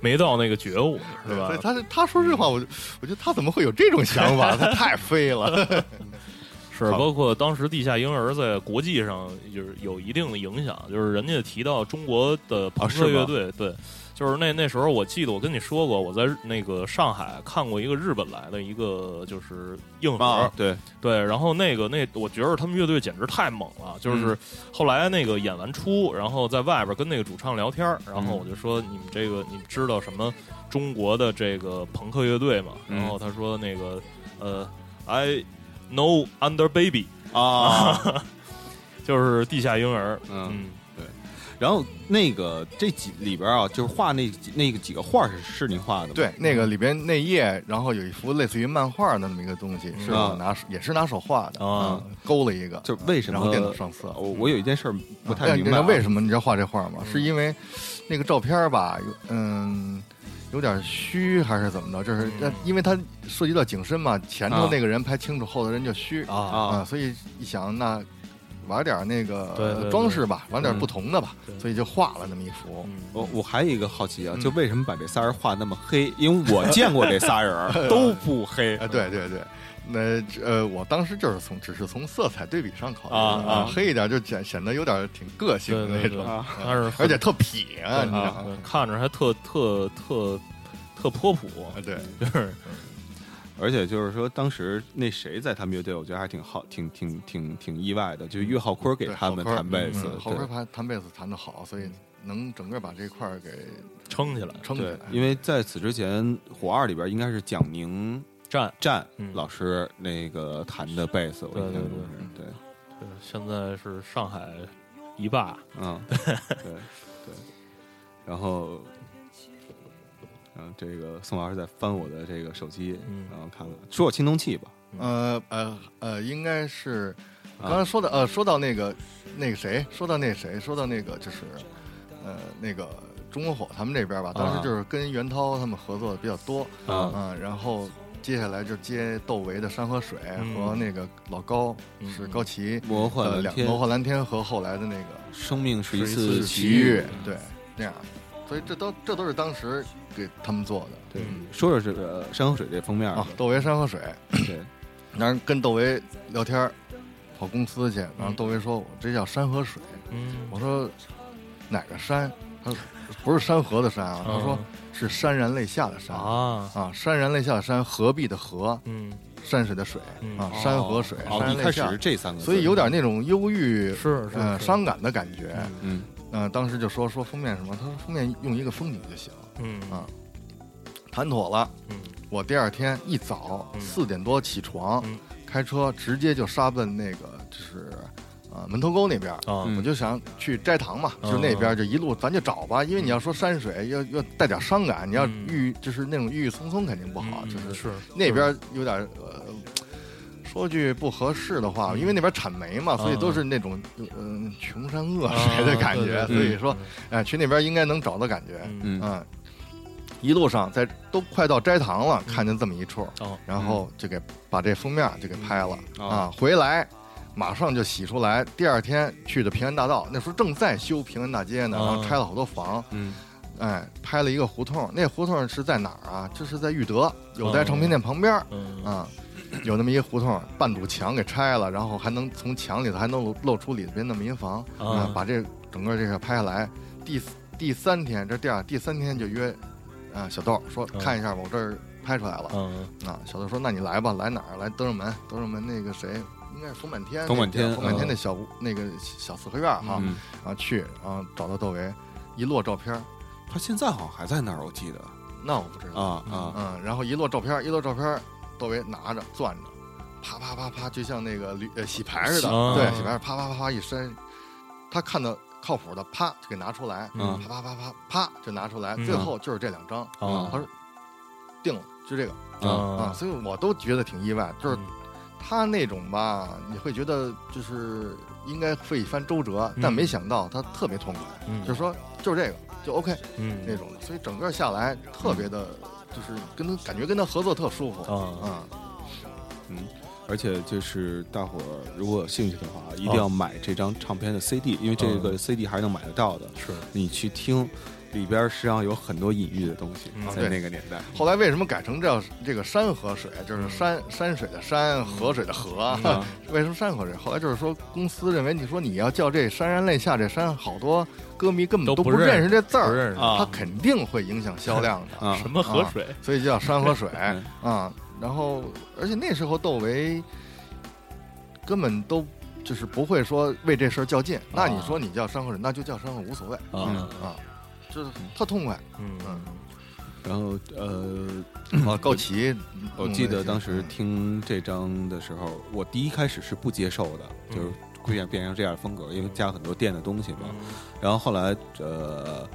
[SPEAKER 3] 没到那个觉悟，是吧
[SPEAKER 4] 所以？他他说这话，我就我觉得他怎么会有这种 想法？他太飞了。
[SPEAKER 3] 是包括当时《地下婴儿》在国际上就是有一定的影响，就是人家提到中国的朋
[SPEAKER 2] 啊是吗
[SPEAKER 3] 克乐队，对，就是那那时候我记得我跟你说过，我在那个上海看过一个日本来的一个就是硬核，
[SPEAKER 2] 啊， 对，
[SPEAKER 3] 对，然后那个那我觉得他们乐队简直太猛了，就是后来那个演完出，然后在外边跟那个主唱聊天儿，然后
[SPEAKER 2] 嗯
[SPEAKER 3] 我就说你们这个你们知道什么中国的这个朋克乐队吗？
[SPEAKER 2] 嗯
[SPEAKER 3] 然后他说那个呃，I know Under Baby，
[SPEAKER 2] 啊，
[SPEAKER 3] 就是地下婴儿，
[SPEAKER 2] 嗯，
[SPEAKER 3] 嗯，
[SPEAKER 2] 然后那个这几里边啊，就是画那几那个几个画是是你画的吗？
[SPEAKER 4] 对，那个里边那页，然后有一幅类似于漫画的那么一个东西，是
[SPEAKER 2] 啊
[SPEAKER 4] 我拿也是拿手画的
[SPEAKER 3] 啊
[SPEAKER 4] 嗯勾了一个，
[SPEAKER 2] 就是为什
[SPEAKER 4] 然
[SPEAKER 2] 么
[SPEAKER 4] 后电脑上色。
[SPEAKER 2] 我我有一件事儿不
[SPEAKER 4] 啊
[SPEAKER 2] 太
[SPEAKER 4] 但你
[SPEAKER 2] 明
[SPEAKER 4] 知
[SPEAKER 2] 白
[SPEAKER 4] 道
[SPEAKER 2] 啊，嗯
[SPEAKER 4] 为什么你知道画这画吗？是因为那个照片儿吧，有嗯，有点虚还是怎么着？就是
[SPEAKER 3] 嗯
[SPEAKER 4] 但因为它涉及到景深嘛，前头
[SPEAKER 2] 啊
[SPEAKER 4] 那个人拍清楚，后头人就虚
[SPEAKER 3] 啊
[SPEAKER 2] 啊？
[SPEAKER 4] 所以一想那玩点儿那个
[SPEAKER 3] 对对对
[SPEAKER 4] 装饰吧，玩点儿
[SPEAKER 2] 嗯
[SPEAKER 4] 不同的吧，
[SPEAKER 3] 对
[SPEAKER 4] 所以就画了那么一幅。
[SPEAKER 3] 嗯
[SPEAKER 2] 我我还有一个好奇啊，
[SPEAKER 4] 嗯
[SPEAKER 2] 就为什么把这仨人画那么黑？因为我见过这仨人 儿都不黑
[SPEAKER 4] 啊，对对对，那这呃，我当时就是从只是从色彩对比上考虑
[SPEAKER 3] 啊
[SPEAKER 4] 的
[SPEAKER 3] 啊
[SPEAKER 4] 黑一点就显显得有点儿挺个性的
[SPEAKER 3] 对
[SPEAKER 4] 那
[SPEAKER 3] 对
[SPEAKER 4] 种
[SPEAKER 3] 对，
[SPEAKER 2] 啊
[SPEAKER 3] 但是
[SPEAKER 4] 而且特痞啊，你知道
[SPEAKER 3] 啊
[SPEAKER 4] 吗？
[SPEAKER 3] 对看着还特特特特泼普，
[SPEAKER 4] 啊，对，
[SPEAKER 3] 就是
[SPEAKER 2] 而且就是说，当时那谁在他们乐队，我觉得还挺好，挺挺挺挺意外的，就是岳嗯浩坤嗯给
[SPEAKER 4] 对
[SPEAKER 2] 他们弹贝斯，
[SPEAKER 4] 浩
[SPEAKER 2] 对
[SPEAKER 4] 坤嗯弹弹贝斯弹得好，所以能整个把这块儿给
[SPEAKER 3] 撑起来
[SPEAKER 4] 撑起
[SPEAKER 2] 对
[SPEAKER 4] 来，。
[SPEAKER 2] 因为在此之前，火二里边应该是蒋宁
[SPEAKER 3] 站。
[SPEAKER 2] 战
[SPEAKER 3] 嗯
[SPEAKER 2] 老师那个弹的贝斯，我印象中是对，
[SPEAKER 3] 对现在是上海一霸，
[SPEAKER 2] 嗯，对对，然后。嗯，这个宋老师在翻我的这个手机，
[SPEAKER 3] 嗯
[SPEAKER 2] 然后看了，说我青铜器吧，
[SPEAKER 4] 呃呃呃，应该是
[SPEAKER 2] 嗯啊
[SPEAKER 4] 刚才说的呃，说到那个那个谁，说到那谁，说到那个就是呃那个中国火他们这边吧，当
[SPEAKER 2] 啊
[SPEAKER 4] 时就是跟袁涛他们合作的比较多
[SPEAKER 2] 啊
[SPEAKER 4] 嗯然后接下来就接窦唯的《山和水》
[SPEAKER 3] 嗯
[SPEAKER 4] 和那个老高
[SPEAKER 3] 嗯
[SPEAKER 4] 是高旗
[SPEAKER 2] 魔幻
[SPEAKER 4] 呃
[SPEAKER 2] 蓝
[SPEAKER 4] 两
[SPEAKER 2] 天
[SPEAKER 4] 魔幻蓝天和后来的那个
[SPEAKER 2] 生命是一
[SPEAKER 4] 一次
[SPEAKER 2] 次
[SPEAKER 4] 奇遇，对，那样，所以这都这都是当时给他们做的
[SPEAKER 2] 对，说说这个山河水这封面
[SPEAKER 3] 嗯
[SPEAKER 4] 啊
[SPEAKER 2] 吧，。
[SPEAKER 4] 窦唯山和水，
[SPEAKER 2] 对，
[SPEAKER 4] 然后跟窦唯聊天儿，跑公司去，然后窦唯说：“我这叫山和水。”
[SPEAKER 3] 嗯，
[SPEAKER 4] 我说：“哪个山？”他说：“不是山河的山啊。”他说：“是潸然泪下的山。”
[SPEAKER 3] 嗯啊，
[SPEAKER 4] 啊，潸然泪下的山，河必的河，
[SPEAKER 3] 嗯，
[SPEAKER 4] 山水的水
[SPEAKER 3] 嗯
[SPEAKER 4] 啊，山河水，潸
[SPEAKER 2] 哦，
[SPEAKER 4] 然
[SPEAKER 2] 一
[SPEAKER 4] 泪
[SPEAKER 2] 开始
[SPEAKER 4] 下
[SPEAKER 2] 是，这三个字，
[SPEAKER 4] 所以有点那种忧郁，
[SPEAKER 3] 是是
[SPEAKER 4] 嗯，
[SPEAKER 3] 是
[SPEAKER 4] 伤感的感觉。
[SPEAKER 2] 嗯，
[SPEAKER 4] 嗯，当时就说说封面什么，他说封面用一个风景就行。
[SPEAKER 3] 嗯
[SPEAKER 4] 啊谈妥了，
[SPEAKER 3] 嗯
[SPEAKER 4] 我第二天一早
[SPEAKER 3] 嗯
[SPEAKER 4] 四点多起床，
[SPEAKER 3] 嗯
[SPEAKER 4] 开车直接就杀奔那个就是呃门头沟那边儿。
[SPEAKER 3] 啊
[SPEAKER 2] 嗯
[SPEAKER 4] 我就想去斋堂嘛，
[SPEAKER 3] 嗯
[SPEAKER 4] 就那边儿就一路咱就找吧，因为你要说山水要要带点伤感，你要
[SPEAKER 3] 嗯
[SPEAKER 4] 郁就是那种郁郁葱葱肯定不好，
[SPEAKER 3] 嗯
[SPEAKER 4] 就是
[SPEAKER 3] 是
[SPEAKER 4] 那边
[SPEAKER 3] 嗯
[SPEAKER 4] 儿有点呃，说句不合适的话，
[SPEAKER 3] 嗯
[SPEAKER 4] 因为那边产煤嘛，所以
[SPEAKER 3] 嗯
[SPEAKER 4] 都是那种嗯穷山恶水的
[SPEAKER 3] 啊
[SPEAKER 4] 感
[SPEAKER 3] 对
[SPEAKER 4] 觉，
[SPEAKER 3] 对
[SPEAKER 4] 所以
[SPEAKER 3] 对
[SPEAKER 4] 说哎去那边应该能找到感觉，
[SPEAKER 3] 嗯嗯
[SPEAKER 2] 嗯
[SPEAKER 4] 嗯，一路上在都快到斋堂了，看见这么一处，
[SPEAKER 3] 哦
[SPEAKER 4] 然后就给把这封面就给拍了、
[SPEAKER 2] 嗯
[SPEAKER 4] 啊，回来。马上就洗出来，第二天去的平安大道，那时候正在修平安大街呢，
[SPEAKER 3] 啊
[SPEAKER 4] 然后拆了好多房，
[SPEAKER 2] 嗯
[SPEAKER 4] 哎，拍了一个胡同，那胡同是在哪儿啊？就是在裕德有代
[SPEAKER 3] 哦
[SPEAKER 4] 唱片店旁边儿
[SPEAKER 3] 嗯
[SPEAKER 4] 啊，有那么一胡同，半堵墙给拆了，然后还能从墙里头还能露露出里边的民房，
[SPEAKER 3] 啊
[SPEAKER 4] 把这整个这个拍下来。第四第三天，这第二第三天就约，啊，小豆说
[SPEAKER 3] 嗯
[SPEAKER 4] 看一下吧，我这儿拍出来了
[SPEAKER 3] 嗯
[SPEAKER 4] 啊。小豆说那你来吧，来哪儿？来德胜门，德胜门那个谁，应该是冯满天，
[SPEAKER 2] 冯满天
[SPEAKER 4] 那个冯满天
[SPEAKER 2] 嗯
[SPEAKER 4] 那小屋那个小四合院哈，
[SPEAKER 2] 嗯，
[SPEAKER 4] 啊去，然后找到窦唯，一摞照片儿，
[SPEAKER 2] 他现在好像还在那儿，我记得
[SPEAKER 4] 那我不知道
[SPEAKER 2] 啊啊，
[SPEAKER 4] 嗯，然后一摞照片，一摞照片，窦唯拿着攥着，啪啪啪啪，就像那个驴呃洗牌似的，
[SPEAKER 3] 啊
[SPEAKER 4] 对，洗牌啪啪啪啪一摔，他看到靠谱的，啪就给拿出来，
[SPEAKER 2] 嗯
[SPEAKER 4] 啪啪啪啪啪就拿出来，
[SPEAKER 3] 嗯
[SPEAKER 4] 最后就是这两张，
[SPEAKER 3] 啊
[SPEAKER 4] 他说定了，就这个
[SPEAKER 3] 嗯
[SPEAKER 2] 啊
[SPEAKER 4] 啊，所以我都觉得挺意外，就是他那种吧，你会觉得就是应该费一番周折，
[SPEAKER 3] 嗯
[SPEAKER 4] 但没想到他特别痛快，
[SPEAKER 3] 嗯
[SPEAKER 4] 就是说就是这个就 OK
[SPEAKER 3] 嗯
[SPEAKER 4] 那种的，所以整个下来特别的，就是跟他感觉跟他合作特舒服
[SPEAKER 3] 啊
[SPEAKER 4] 啊。
[SPEAKER 2] 而且就是大伙儿如果有兴趣的话，一定要买这张唱片的 CD，因为这个
[SPEAKER 3] 嗯
[SPEAKER 2] CD 还是能买得到的。
[SPEAKER 3] 是
[SPEAKER 2] 你去听，里边儿实际上有很多隐喻的东西
[SPEAKER 3] 嗯，
[SPEAKER 2] 在
[SPEAKER 4] 对
[SPEAKER 2] 那个年代。
[SPEAKER 4] 后来为什么改成这这个山河水，就是山山水的山，河水的河？
[SPEAKER 3] 嗯
[SPEAKER 2] 啊
[SPEAKER 4] 为什么山河水？后来就是说公司认为你说你要叫这潸然泪下这山，好多歌迷根本
[SPEAKER 3] 都
[SPEAKER 4] 都
[SPEAKER 3] 不
[SPEAKER 4] 不
[SPEAKER 3] 认识
[SPEAKER 4] 认识这
[SPEAKER 3] 不
[SPEAKER 4] 字儿，
[SPEAKER 3] 认识
[SPEAKER 2] 啊
[SPEAKER 4] 它肯定会影响销量的。
[SPEAKER 2] 啊
[SPEAKER 3] 什么河水
[SPEAKER 4] 所以就叫山河水
[SPEAKER 2] 嗯
[SPEAKER 4] 啊。然后，而且那时候窦唯根本都就是不会说为这事儿较劲。那你说你叫山河水，那就叫山河，无所谓
[SPEAKER 2] 嗯
[SPEAKER 4] 啊，就是特痛快。
[SPEAKER 3] 嗯嗯
[SPEAKER 2] 然后呃，
[SPEAKER 4] 啊，高旗，
[SPEAKER 2] 我记得当
[SPEAKER 4] 嗯
[SPEAKER 2] 时听这张的时候，我第一开始是不接受的，
[SPEAKER 3] 嗯
[SPEAKER 2] 就是会变变成这样的风格，因为加了很多电的东西嘛。
[SPEAKER 4] 嗯
[SPEAKER 2] 然后后来呃，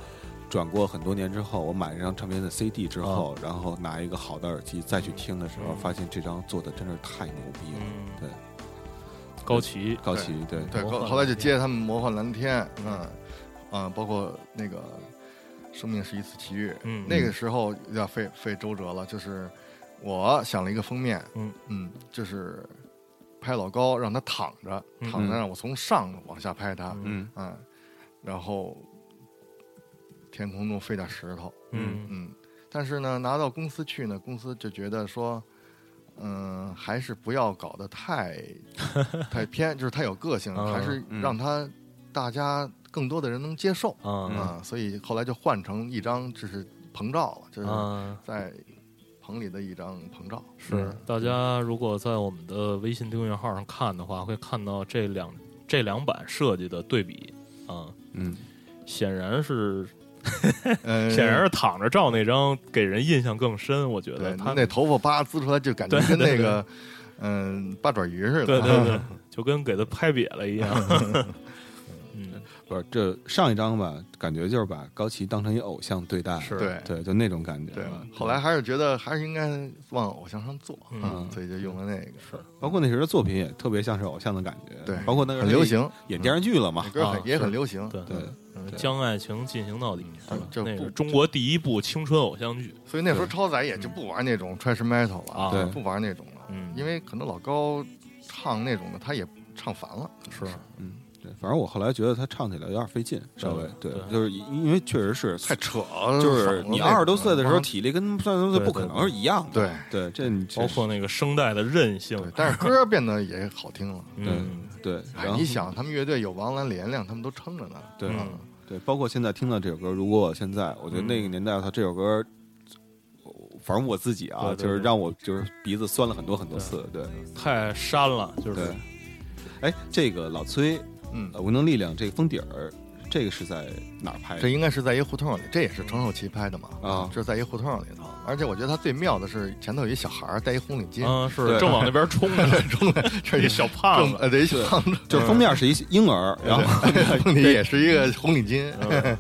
[SPEAKER 2] 转过很多年之后，我买了这张唱片的 CD 之后，
[SPEAKER 4] 嗯
[SPEAKER 2] 然后拿一个好的耳机再去听的时候，
[SPEAKER 3] 嗯
[SPEAKER 2] 发现这张做的真是太牛逼了。
[SPEAKER 3] 嗯
[SPEAKER 2] 对
[SPEAKER 3] 高旗
[SPEAKER 2] 高旗对
[SPEAKER 4] 对，
[SPEAKER 3] 魔幻
[SPEAKER 4] 后后来就
[SPEAKER 3] 蓝天
[SPEAKER 4] 接着他们魔幻蓝天，嗯啊，包括那个生命是一次奇遇，
[SPEAKER 3] 嗯
[SPEAKER 4] 那个时候有点费费周折了，就是我想了一个封面，
[SPEAKER 3] 嗯
[SPEAKER 4] 就是拍老高让他躺着，
[SPEAKER 3] 嗯
[SPEAKER 4] 躺着让我从上往下拍他，
[SPEAKER 3] 嗯
[SPEAKER 2] 嗯
[SPEAKER 4] 嗯，然后天空中飞点石头，
[SPEAKER 3] 嗯
[SPEAKER 4] 嗯，但是呢，拿到公司去呢，公司就觉得说，嗯，还是不要搞得 太太偏，就是太有个性，
[SPEAKER 3] 嗯
[SPEAKER 4] 还是让他大家更多的人能接受
[SPEAKER 3] 啊
[SPEAKER 4] 啊、所以后来就换成一张就是棚照了，就是
[SPEAKER 3] 啊。嗯
[SPEAKER 4] 在棚里的一张棚照，
[SPEAKER 3] 是，大家如果在我们的微信订阅号上看的话，会看到这两这两版设计的对比啊、
[SPEAKER 2] 嗯，
[SPEAKER 3] 显然是
[SPEAKER 4] 嗯，
[SPEAKER 3] 显然是躺着照那张给人印象更深，我觉
[SPEAKER 4] 对
[SPEAKER 3] 得他
[SPEAKER 4] 那头发叭滋出来就感觉
[SPEAKER 3] 对
[SPEAKER 4] 跟
[SPEAKER 3] 对
[SPEAKER 4] 那个嗯八爪鱼似的，
[SPEAKER 3] 对对对，就跟给他拍瘪了一 样。嗯，
[SPEAKER 2] 不是这上一张吧，感觉就是把高旗当成一偶像对待，
[SPEAKER 3] 是
[SPEAKER 4] 啊对
[SPEAKER 2] 对，就那种感觉。啊
[SPEAKER 4] 对，后来还是觉得还是应该往偶像上做，
[SPEAKER 3] 嗯
[SPEAKER 4] 所以就用了那个，是
[SPEAKER 2] 包括那时候的作品也特别像是偶像的感觉，
[SPEAKER 4] 对
[SPEAKER 2] 包括那时候
[SPEAKER 4] 很流行，
[SPEAKER 2] 演电视剧了嘛，
[SPEAKER 4] 歌很、
[SPEAKER 3] 啊
[SPEAKER 4] 也很
[SPEAKER 3] 是
[SPEAKER 4] 流行，
[SPEAKER 3] 对
[SPEAKER 2] 对，
[SPEAKER 4] 嗯，
[SPEAKER 3] 将爱情进行到底，
[SPEAKER 4] 对
[SPEAKER 3] 是吧
[SPEAKER 4] 嗯就
[SPEAKER 3] 那
[SPEAKER 4] 不
[SPEAKER 3] 是中国第一部青春偶像剧。
[SPEAKER 4] 所以那时候超载也就不玩那种 trash metal 了，
[SPEAKER 3] 啊
[SPEAKER 2] 对
[SPEAKER 4] 不玩那种了，
[SPEAKER 3] 嗯
[SPEAKER 4] 因为可能老高唱那种的他也唱烦了，
[SPEAKER 3] 是
[SPEAKER 2] 嗯，对，反正我后来觉得他唱起来有点费劲，稍微对
[SPEAKER 3] 嗯对
[SPEAKER 2] 就是因为确实是
[SPEAKER 4] 太扯了，
[SPEAKER 2] 就是你二十多岁的时候，体力跟三十多岁
[SPEAKER 3] 嗯对
[SPEAKER 2] 不可能是一样的。
[SPEAKER 4] 嗯对
[SPEAKER 2] 对，这你确
[SPEAKER 3] 包
[SPEAKER 2] 实
[SPEAKER 3] 括那个声带的韧性
[SPEAKER 4] 对，，但是歌变得也好听了。
[SPEAKER 3] 嗯，
[SPEAKER 2] 对，
[SPEAKER 4] 哎
[SPEAKER 2] 然，后
[SPEAKER 4] 你想，他们乐队有王蓝、李延亮，他们都撑着呢。
[SPEAKER 2] 对
[SPEAKER 3] 嗯
[SPEAKER 2] 对，包括现在听到这首歌，如果我现在，我觉得那个年代他这首歌，反正我自己啊，
[SPEAKER 3] 对对对
[SPEAKER 2] 就是让我就是鼻子酸了很多很多次。对
[SPEAKER 3] 太膻了，就是
[SPEAKER 2] 对，哎，这个老崔，
[SPEAKER 4] 嗯
[SPEAKER 2] 呃，，无能力量这个封底儿，这个是在哪儿拍
[SPEAKER 4] 这
[SPEAKER 2] 的？
[SPEAKER 4] 应该是在一胡同里，这也是程守奇拍的嘛。
[SPEAKER 2] 啊
[SPEAKER 4] 就是在一胡同里头。而且我觉得他最妙的是，前头有一小孩儿戴一红领巾，
[SPEAKER 3] 嗯，是
[SPEAKER 2] 对
[SPEAKER 3] 正往那边冲呢，
[SPEAKER 4] 中了
[SPEAKER 3] 这
[SPEAKER 4] 这
[SPEAKER 3] 一
[SPEAKER 4] 一小
[SPEAKER 3] 小胖
[SPEAKER 4] 正
[SPEAKER 3] 子，
[SPEAKER 4] 呃，对，一小胖子，
[SPEAKER 2] 就是 封面是
[SPEAKER 3] 嗯
[SPEAKER 2] 一婴儿，然后
[SPEAKER 4] 梦里也是一个红领巾。
[SPEAKER 3] 嗯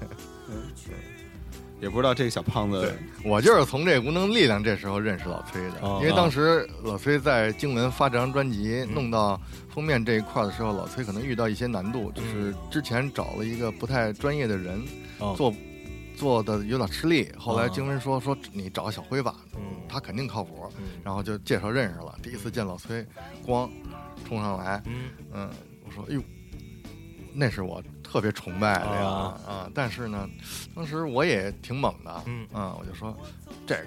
[SPEAKER 2] 也不知道这个小胖子
[SPEAKER 4] 对，我就是从这无能力量这时候认识老崔的，
[SPEAKER 3] 哦
[SPEAKER 4] 因为当时老崔在经文发这张专辑，弄到封面这一块儿的时候，老崔可能遇到一些难度，就是之前找了一个不太专业的人、
[SPEAKER 3] 哦
[SPEAKER 4] 做，做的有点吃力。后来
[SPEAKER 3] 哦
[SPEAKER 4] 经文说说你找小辉吧，
[SPEAKER 3] 嗯
[SPEAKER 4] 他肯定靠谱，
[SPEAKER 3] 嗯
[SPEAKER 4] 然后就介绍认识了。第一次见老崔，咣冲上来，
[SPEAKER 3] 嗯
[SPEAKER 4] 嗯，我说，哎呦，那是我特别崇拜的呀
[SPEAKER 3] 啊
[SPEAKER 4] 啊但是呢，当时我也挺猛的，
[SPEAKER 3] 嗯
[SPEAKER 4] 啊，我就说这个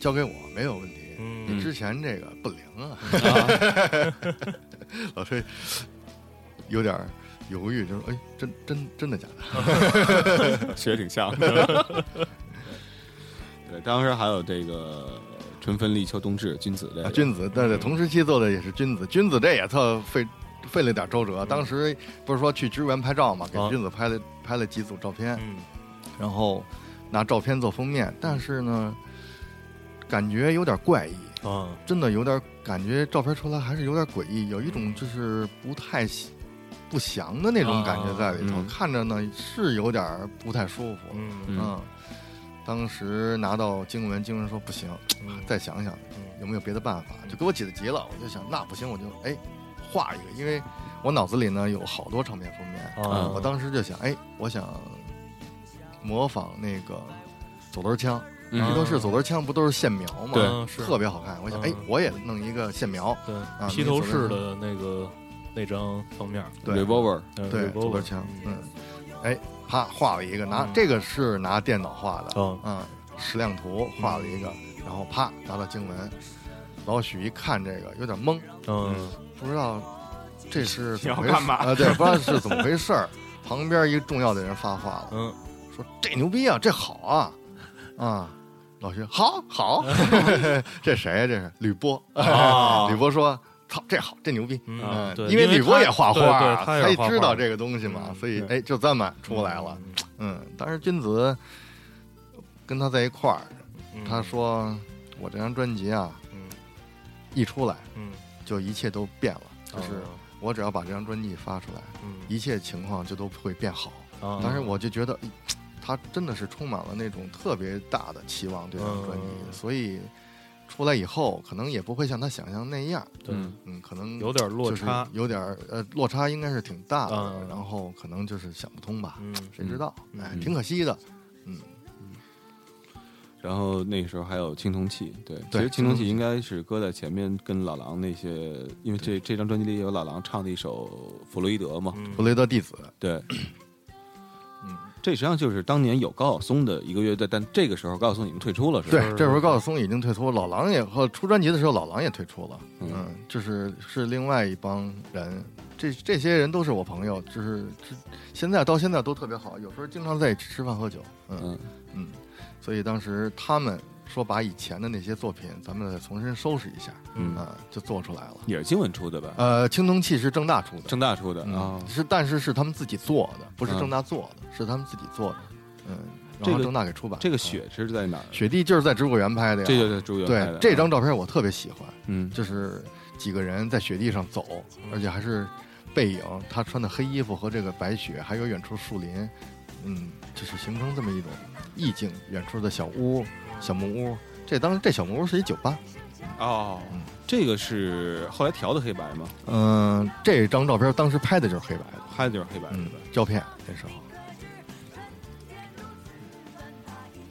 [SPEAKER 4] 交给我没有问题，你
[SPEAKER 3] 嗯
[SPEAKER 4] 之前这个不灵啊。
[SPEAKER 3] 嗯
[SPEAKER 4] 老师有点儿犹豫，就说，哎，真真真的假的？
[SPEAKER 2] 其实挺 像的。对，当时还有这个春分立秋冬至君子这个、
[SPEAKER 4] 啊君子，对对，同时期做的也是君子，君子这也特费。费了点周折，当时不是说去支援拍照嘛，给
[SPEAKER 3] 啊
[SPEAKER 4] 君子拍了、拍了几组照片，
[SPEAKER 3] 嗯
[SPEAKER 4] 然后拿照片做封面，但是呢，感觉有点怪异，
[SPEAKER 3] 啊
[SPEAKER 4] 真的有点感觉照片出来还是有点诡异，有一种就是不太喜不祥的那种感觉在里头，
[SPEAKER 2] 啊嗯
[SPEAKER 4] 看着呢是有点不太舒服，
[SPEAKER 3] 嗯
[SPEAKER 2] 嗯
[SPEAKER 4] 当时拿到经文，经文说不行，
[SPEAKER 3] 嗯
[SPEAKER 4] 再想想有没有别的办法，就给我急得急了。我就想，那不行，我就哎画一个，因为我脑子里呢有好多唱片封面，
[SPEAKER 3] 啊
[SPEAKER 4] 我当时就想，哎，我想模仿那个左轮枪，
[SPEAKER 2] 嗯
[SPEAKER 4] 披头士左轮枪不都是线描吗？
[SPEAKER 2] 对
[SPEAKER 3] 嗯是
[SPEAKER 4] 特别好看。我想，
[SPEAKER 3] 嗯
[SPEAKER 4] 哎，我也弄一个线描，
[SPEAKER 3] 对
[SPEAKER 4] 啊
[SPEAKER 3] 披头士的那个那张封面，
[SPEAKER 4] 对
[SPEAKER 2] Revolver，
[SPEAKER 3] 呃
[SPEAKER 4] 对，左
[SPEAKER 3] Revolver
[SPEAKER 4] 轮枪，嗯，哎，啪画了一个，拿
[SPEAKER 3] 嗯
[SPEAKER 4] 这个是拿电脑画的，
[SPEAKER 3] 嗯
[SPEAKER 4] 啊，矢量图画了一个，然后啪拿到经文，老许一看这个有点懵，
[SPEAKER 3] 嗯
[SPEAKER 4] 不知道这是怎么回
[SPEAKER 5] 你要干嘛
[SPEAKER 4] 啊？对，不知道是怎么回事儿。旁边一个重要的人发话了，
[SPEAKER 3] 嗯，
[SPEAKER 4] 说这牛逼啊，这好啊，啊，老徐好好， 这谁呀、这是吕波，
[SPEAKER 3] 啊
[SPEAKER 4] 吕波说。操，这好，这牛逼！
[SPEAKER 3] 嗯
[SPEAKER 4] 嗯
[SPEAKER 3] 对
[SPEAKER 4] 因为
[SPEAKER 3] 因为
[SPEAKER 4] 吕波
[SPEAKER 3] 他
[SPEAKER 4] 也画
[SPEAKER 3] 对
[SPEAKER 4] 画
[SPEAKER 3] 对
[SPEAKER 4] 啊，
[SPEAKER 3] 他也
[SPEAKER 4] 也
[SPEAKER 3] 画画
[SPEAKER 4] 知道这个东西嘛，
[SPEAKER 3] 嗯
[SPEAKER 4] 所以
[SPEAKER 2] 对
[SPEAKER 4] 哎，就这么出来了。嗯，当时君子跟他在一块儿，
[SPEAKER 3] 嗯，
[SPEAKER 4] 他说：“我这张专辑啊，
[SPEAKER 3] 嗯
[SPEAKER 4] 一出来
[SPEAKER 3] 嗯，
[SPEAKER 4] 就一切都变了，就
[SPEAKER 3] 嗯
[SPEAKER 4] 是我只要把这张专辑发出来，
[SPEAKER 3] 嗯
[SPEAKER 4] 一切情况就都会变好。”
[SPEAKER 3] 啊
[SPEAKER 4] 当时我就觉得，哎他真的是充满了那种特别大的期望对这张专
[SPEAKER 3] 嗯
[SPEAKER 4] 辑，所以出来以后可能也不会像他想象那样，
[SPEAKER 3] 对
[SPEAKER 2] 嗯
[SPEAKER 4] 嗯，可能
[SPEAKER 3] 有点落
[SPEAKER 4] 就是
[SPEAKER 3] 差，
[SPEAKER 4] 有点儿呃落差应该是挺大的
[SPEAKER 3] 嗯，
[SPEAKER 4] 然后可能就是想不通吧，
[SPEAKER 3] 嗯
[SPEAKER 4] 谁知道？
[SPEAKER 3] 嗯
[SPEAKER 4] 哎，
[SPEAKER 2] 嗯
[SPEAKER 4] 挺可惜的。嗯，
[SPEAKER 2] 然后那时候还有青铜器，对，其
[SPEAKER 4] 对
[SPEAKER 2] 实青铜器
[SPEAKER 4] 青铜器
[SPEAKER 2] 应该是搁在前面，跟老狼那些，因为这这张专辑里有老狼唱的一首《弗洛伊德》嘛，
[SPEAKER 3] 嗯
[SPEAKER 4] 弗雷德弟子，
[SPEAKER 2] 对，
[SPEAKER 4] 嗯，
[SPEAKER 2] 这实际上就是当年有高晓松的一个乐队，但这个时候高晓松已经退出了，是吧？
[SPEAKER 4] 对，这时候高晓松已经退出，老狼也和出专辑的时候，老狼也退出了。
[SPEAKER 2] 嗯
[SPEAKER 4] 嗯，就是是另外一帮人，这这些人都是我朋友，就是这现在到现在都特别好，有时候经常在一起吃饭喝酒。嗯
[SPEAKER 2] 嗯
[SPEAKER 4] 嗯，所以当时他们说把以前的那些作品，咱们再重新收拾一下，
[SPEAKER 2] 嗯，
[SPEAKER 4] 啊、就做出来了。
[SPEAKER 2] 也是经文出的吧？
[SPEAKER 4] 呃，青铜器是正大出的，
[SPEAKER 2] 正大出的啊
[SPEAKER 4] 嗯，，是但是是他们自己做的，不是
[SPEAKER 2] 嗯
[SPEAKER 4] 正大做的，是他们自己做的。嗯，
[SPEAKER 2] 这
[SPEAKER 4] 然后
[SPEAKER 2] 个
[SPEAKER 4] 正大给出版
[SPEAKER 2] 这个
[SPEAKER 4] 嗯
[SPEAKER 2] 雪是在哪儿？
[SPEAKER 4] 雪地就是在植物园拍的呀，
[SPEAKER 2] 这就是朱元拍的啊
[SPEAKER 4] 对，这张照片我特别喜欢，
[SPEAKER 2] 嗯
[SPEAKER 4] 就是几个人在雪地上走，而且还是背影，他穿的黑衣服和这个白雪，还有远处树林，嗯，就是形成这么一种意境。远处的小屋、小木屋，这当这小木屋是一酒吧。
[SPEAKER 2] 哦
[SPEAKER 4] 嗯，
[SPEAKER 2] 这个是后来调的黑白吗？
[SPEAKER 4] 嗯、这张照片当时拍的就是黑白的，
[SPEAKER 2] 拍的就是黑白是
[SPEAKER 4] 嗯
[SPEAKER 2] 吧？，
[SPEAKER 4] 胶片那时候。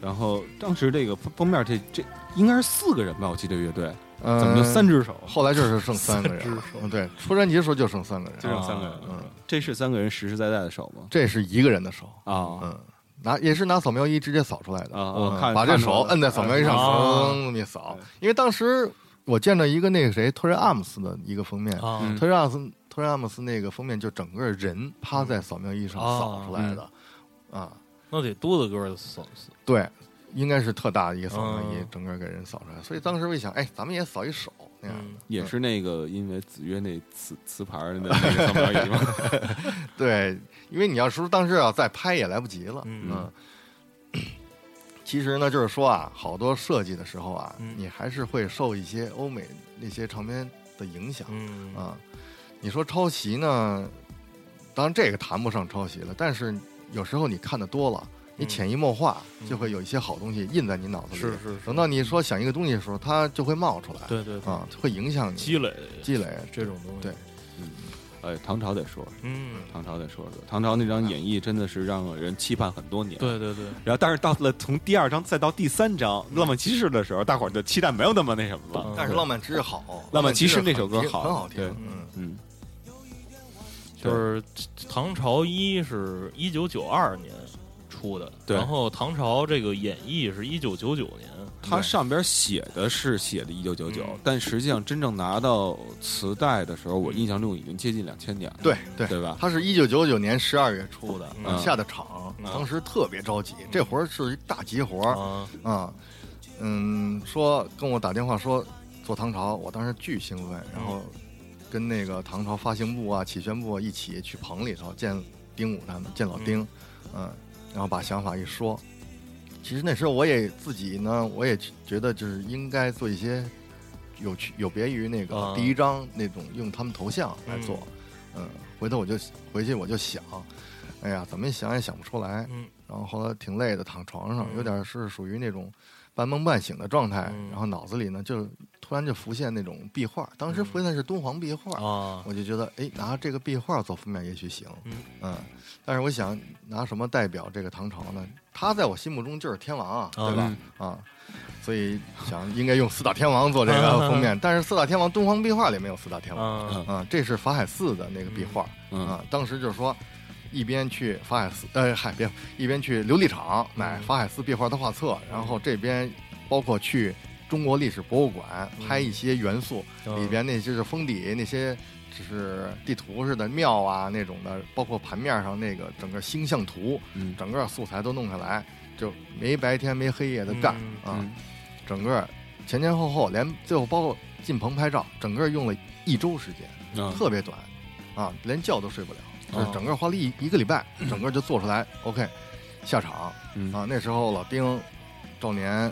[SPEAKER 2] 然后当时这个封封面这这应该是四个人吧，我记得乐队
[SPEAKER 4] 嗯、
[SPEAKER 2] 怎么就三？只手？
[SPEAKER 4] 后来就是剩三个人了，嗯，对，出专辑的时候就剩三个人，
[SPEAKER 2] 就剩三个人了
[SPEAKER 4] 嗯，
[SPEAKER 2] 这是三个人实实在在的手吗？
[SPEAKER 4] 这是一个人的手，
[SPEAKER 2] 啊
[SPEAKER 4] 嗯，拿也是拿扫描仪直接扫出来的
[SPEAKER 2] 啊
[SPEAKER 4] 嗯
[SPEAKER 2] 我看
[SPEAKER 4] 把这
[SPEAKER 2] 看出来
[SPEAKER 4] 手
[SPEAKER 2] 了哎
[SPEAKER 4] 摁在扫描仪上，
[SPEAKER 3] 啊
[SPEAKER 4] 噌一扫。因为当时我见到一个那个谁特瑞阿姆斯的一个封面，
[SPEAKER 3] 啊
[SPEAKER 2] 嗯
[SPEAKER 4] 特瑞阿姆斯特瑞阿姆斯那个封面就整个人趴在扫描仪上
[SPEAKER 3] 啊
[SPEAKER 4] 扫出来的，啊，
[SPEAKER 3] 那得肚子哥扫扫
[SPEAKER 4] 对，应该是特大的一个扫描仪
[SPEAKER 2] 啊
[SPEAKER 3] 嗯，
[SPEAKER 4] 整个给人扫出来。所以当时我一想，哎，咱们也扫一手那样。
[SPEAKER 3] 嗯
[SPEAKER 2] 也是那个因为子曰那词词牌儿的那 个扫描仪吗？
[SPEAKER 4] 对，因为你要说当时要、再拍也来不及了，
[SPEAKER 3] 嗯
[SPEAKER 4] 嗯 其实呢，就是说啊，好多设计的时候啊，
[SPEAKER 3] 嗯
[SPEAKER 4] 你还是会受一些欧美那些唱片的影响、
[SPEAKER 3] 嗯
[SPEAKER 4] 啊。你说抄袭呢，当然这个谈不上抄袭了，但是有时候你看的多了，你
[SPEAKER 3] 嗯
[SPEAKER 4] 潜移默化
[SPEAKER 3] 嗯
[SPEAKER 4] 就会有一些好东西印在你脑子里。
[SPEAKER 3] 是是是
[SPEAKER 4] 等到你说想一个东西的时候，它就会冒出来，
[SPEAKER 3] 对对对
[SPEAKER 4] 啊，会影响你
[SPEAKER 3] 积累
[SPEAKER 4] 积累。
[SPEAKER 3] 这种东西
[SPEAKER 4] 对
[SPEAKER 2] 哎，唐朝得说，
[SPEAKER 3] 嗯
[SPEAKER 2] 唐朝得说说，唐朝那张演绎真的是让人期盼很多年。。
[SPEAKER 3] 对对对
[SPEAKER 2] 然后，但是到了从第二章再到第三章
[SPEAKER 4] 嗯
[SPEAKER 2] 《浪漫骑士》的时候，大伙儿的期待没有那么那什么了。
[SPEAKER 3] 嗯
[SPEAKER 4] 但是《浪漫之日》好，
[SPEAKER 2] 浪漫骑士
[SPEAKER 4] 浪漫
[SPEAKER 2] 那首歌
[SPEAKER 4] 很
[SPEAKER 2] 好
[SPEAKER 4] 很好听
[SPEAKER 2] 对。
[SPEAKER 4] 嗯，
[SPEAKER 2] 嗯，
[SPEAKER 3] 就是唐朝一是一九九二年出的，
[SPEAKER 2] 对
[SPEAKER 3] 然后唐朝这个演义是一九九九年，
[SPEAKER 2] 它上边写的是写的一九九九
[SPEAKER 3] 嗯，
[SPEAKER 2] 但实际上真正拿到磁带的时候，我印象中已经接近两千年了。
[SPEAKER 4] 对对
[SPEAKER 2] 对吧？
[SPEAKER 4] 他是一九九九年十二月出的，
[SPEAKER 3] 嗯
[SPEAKER 4] 下的场，
[SPEAKER 3] 嗯
[SPEAKER 4] 当时特别着急，这活儿是一大急活儿
[SPEAKER 3] 啊，
[SPEAKER 4] 啊。嗯，说跟我打电话说做唐朝，我当时巨兴奋，然后跟那个唐朝发行部啊、企宣部啊一起去棚里头见丁武他们，见老丁，嗯，然后把想法一说。其实那时候我也自己呢，我也觉得就是应该做一些有区有别于那个
[SPEAKER 3] 啊
[SPEAKER 4] 第一章那种用他们头像来做，嗯，回头我就回去我就想，哎呀，怎么想也想不出来，
[SPEAKER 3] 嗯
[SPEAKER 4] 然后后来挺累的，躺床上，
[SPEAKER 3] 嗯
[SPEAKER 4] 有点是属于那种半梦半醒的状态，
[SPEAKER 3] 嗯
[SPEAKER 4] 然后脑子里呢就突然就浮现那种壁画，当时浮现的是敦煌壁画，
[SPEAKER 3] 啊，
[SPEAKER 4] 我就觉得，哎，拿这个壁画做封面也许行，
[SPEAKER 3] 嗯
[SPEAKER 4] 但是我想拿什么代表这个唐朝呢？他在我心目中就是天王啊，
[SPEAKER 3] 啊
[SPEAKER 4] 对吧？啊，所以想应该用四大天王做这 个封面，但是四大天王敦煌壁画里没有四大天王
[SPEAKER 3] 啊，
[SPEAKER 4] 啊，这是法海寺的那个壁画
[SPEAKER 2] 嗯
[SPEAKER 4] 啊，当时就是说。一边去法海寺，呃，海边一边去琉璃厂买
[SPEAKER 2] 嗯
[SPEAKER 4] 法海寺壁画的画册，然后这边包括去中国历史博物馆
[SPEAKER 2] 嗯
[SPEAKER 4] 拍一些元素，里边那就是封底那些，就是地图似的庙啊那种的，包括盘面上那个整个星象图，
[SPEAKER 2] 嗯
[SPEAKER 4] 整个素材都弄下来，就没白天没黑夜的干、
[SPEAKER 2] 嗯
[SPEAKER 4] 啊，整个前前后后连最后包括进棚拍照，整个用了一周时间，
[SPEAKER 2] 啊
[SPEAKER 4] 特别短，啊，连觉都睡不了，就是
[SPEAKER 3] 哦
[SPEAKER 4] 整个花了一一个礼拜，整个就做出来，OK，下场
[SPEAKER 2] 嗯
[SPEAKER 4] 啊，那时候老丁、赵年，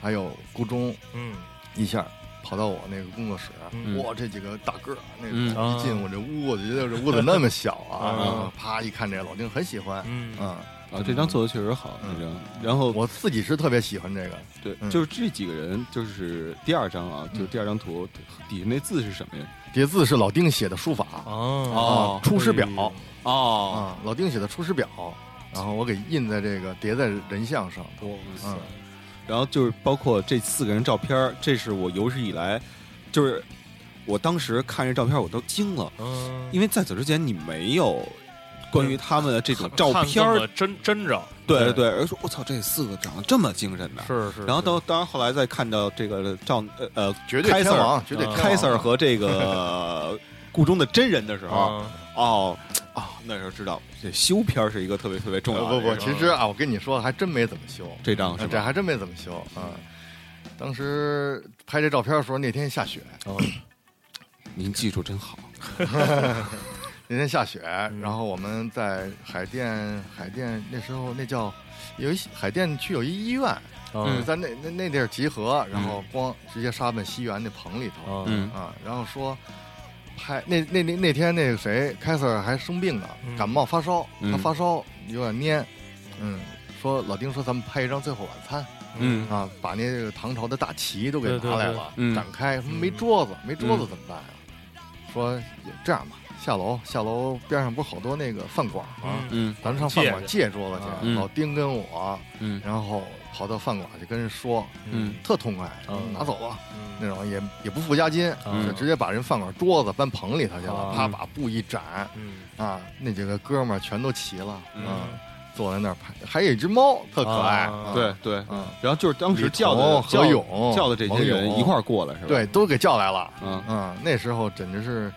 [SPEAKER 4] 还有顾中
[SPEAKER 3] 嗯
[SPEAKER 4] 一下跑到我那个工作室，
[SPEAKER 3] 嗯
[SPEAKER 4] 哇，这几个大个儿，那个
[SPEAKER 2] 嗯
[SPEAKER 4] 一进我这屋，我就觉得这屋子那么小啊，
[SPEAKER 3] 啊
[SPEAKER 4] 然后啪一看这老丁很喜欢，
[SPEAKER 3] 嗯
[SPEAKER 4] 嗯，
[SPEAKER 2] 啊，这张做的确实好，
[SPEAKER 4] 嗯
[SPEAKER 2] 这张。然后
[SPEAKER 4] 我自己是特别喜欢这个，
[SPEAKER 2] 对，
[SPEAKER 4] 嗯
[SPEAKER 2] 就是这几个人，就是第二张啊，
[SPEAKER 4] 嗯
[SPEAKER 2] 就是第二张图底下那字是什么呀？
[SPEAKER 4] 叠字是老丁写的书法
[SPEAKER 3] 哦
[SPEAKER 2] 哦
[SPEAKER 4] 啊，出师表
[SPEAKER 2] 哦，
[SPEAKER 4] 啊，老丁写的出师表，然后我给印在这个叠在人像上，
[SPEAKER 2] 哇塞
[SPEAKER 4] 嗯！
[SPEAKER 2] 然后就是包括这四个人照片儿，这是我有史以来，就是我当时看这照片儿我都惊了，
[SPEAKER 3] 嗯，
[SPEAKER 2] 因为在此之前你没有关于他们的这种照
[SPEAKER 3] 看
[SPEAKER 2] 片
[SPEAKER 3] 这
[SPEAKER 2] 儿，
[SPEAKER 3] 么真真着
[SPEAKER 2] 对
[SPEAKER 4] 对
[SPEAKER 2] 对对，而说我操，这四个长得这么精神的。
[SPEAKER 3] 是是，
[SPEAKER 2] 然后
[SPEAKER 3] 是
[SPEAKER 2] 当当然后来再看到这个赵呃呃
[SPEAKER 4] 绝对天王，绝对天王呃
[SPEAKER 2] 开 Sir 和这个顾中的真人的时候，
[SPEAKER 3] 啊
[SPEAKER 2] 哦哦，那时候知道这修片儿是一个特别特别重
[SPEAKER 4] 呃
[SPEAKER 2] 要
[SPEAKER 4] 不
[SPEAKER 2] 的
[SPEAKER 4] 不，
[SPEAKER 2] 这个，
[SPEAKER 4] 其实啊，我跟你说，还真没怎么修，啊
[SPEAKER 2] 这张是
[SPEAKER 4] 这
[SPEAKER 2] 吧？
[SPEAKER 4] 还真没怎么修啊。当时拍这照片的时候，那天下雪，
[SPEAKER 2] 您技术真好，
[SPEAKER 4] 那天下雪，然后我们在海淀，海淀那时候那叫有一海淀区有一医院，
[SPEAKER 3] 嗯
[SPEAKER 4] 在那那那地儿集合，然后光直接杀奔西园那棚里头、
[SPEAKER 3] 啊
[SPEAKER 2] 嗯
[SPEAKER 4] 啊，然后说拍那那那那天那个谁凯 Sir 还生病呢，
[SPEAKER 3] 嗯
[SPEAKER 4] 感冒发烧，
[SPEAKER 2] 嗯
[SPEAKER 4] 他发烧有点蔫，嗯，说老丁说咱们拍一张最后晚餐。
[SPEAKER 2] 嗯
[SPEAKER 4] 啊，把那个唐朝的大旗都给
[SPEAKER 3] 对对
[SPEAKER 4] 拿来
[SPEAKER 3] 对
[SPEAKER 4] 了，
[SPEAKER 2] 嗯
[SPEAKER 4] 展开，
[SPEAKER 3] 嗯
[SPEAKER 4] 没桌子，没桌子怎么办呀、啊说这样吧，下楼下楼边上不是好多那个饭馆吗、
[SPEAKER 3] 嗯
[SPEAKER 2] 嗯
[SPEAKER 4] 咱们上饭馆借桌子去
[SPEAKER 3] 啊。
[SPEAKER 2] 嗯
[SPEAKER 4] 老丁跟我，
[SPEAKER 2] 嗯
[SPEAKER 4] 然后跑到饭馆去跟人说，
[SPEAKER 2] 嗯
[SPEAKER 4] 特痛快，
[SPEAKER 3] 嗯
[SPEAKER 4] 拿走吧，那
[SPEAKER 3] 嗯
[SPEAKER 4] 种也也不付押金，啊
[SPEAKER 3] 嗯
[SPEAKER 4] 就直接把人饭馆桌子搬棚里头去了，
[SPEAKER 3] 啊
[SPEAKER 4] 啪把布一展
[SPEAKER 3] 嗯
[SPEAKER 4] 啊，那几个哥们儿全都齐了，
[SPEAKER 2] 嗯
[SPEAKER 4] 啊，坐在那儿拍，还有一只猫特可爱，
[SPEAKER 3] 啊
[SPEAKER 4] 啊
[SPEAKER 2] 对对。
[SPEAKER 4] 嗯。
[SPEAKER 2] 然后就是当时叫
[SPEAKER 4] 李
[SPEAKER 2] 的
[SPEAKER 4] 彤
[SPEAKER 2] 叫
[SPEAKER 4] 何勇
[SPEAKER 2] 叫的这些人一块儿过来是吧？
[SPEAKER 4] 对，，都给叫来了。
[SPEAKER 2] 嗯
[SPEAKER 4] 嗯，那时候简直是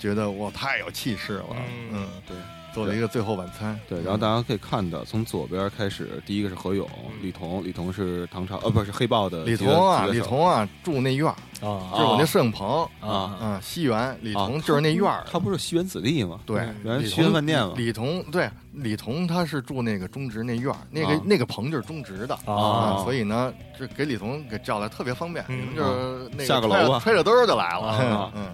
[SPEAKER 4] 觉得我太有气势了。
[SPEAKER 3] 嗯
[SPEAKER 4] 嗯，
[SPEAKER 2] 对
[SPEAKER 4] 做了一个最后晚餐。嗯
[SPEAKER 2] 对。然后大家可以看到，从左边开始，第一个是何勇、
[SPEAKER 3] 嗯
[SPEAKER 2] 李彤，李彤是唐朝呃不是黑豹的
[SPEAKER 4] 李
[SPEAKER 2] 吉他
[SPEAKER 4] 彤啊，
[SPEAKER 2] 吉他
[SPEAKER 4] 李
[SPEAKER 2] 手
[SPEAKER 4] 彤啊，住那院儿，
[SPEAKER 3] 啊
[SPEAKER 4] 就是我那摄影棚。
[SPEAKER 2] 啊
[SPEAKER 4] 嗯，西园，李
[SPEAKER 2] 啊
[SPEAKER 4] 彤就是那院儿。
[SPEAKER 2] 他不是西园子弟吗？
[SPEAKER 4] 对，
[SPEAKER 3] 嗯
[SPEAKER 2] 原来
[SPEAKER 4] 李
[SPEAKER 2] 西园
[SPEAKER 4] 彤
[SPEAKER 2] 饭店嘛。
[SPEAKER 4] 李彤对，李彤他是住那个中职那院儿，那个
[SPEAKER 2] 啊
[SPEAKER 4] 那个棚就是中职的。
[SPEAKER 3] 啊
[SPEAKER 4] 啊，所以呢，这给李彤给叫来特别方便，
[SPEAKER 3] 嗯
[SPEAKER 4] 李彤就是那
[SPEAKER 2] 啊下个楼
[SPEAKER 4] 揣着
[SPEAKER 2] 吧
[SPEAKER 4] 揣着兜儿就来
[SPEAKER 2] 啊
[SPEAKER 4] 了。嗯，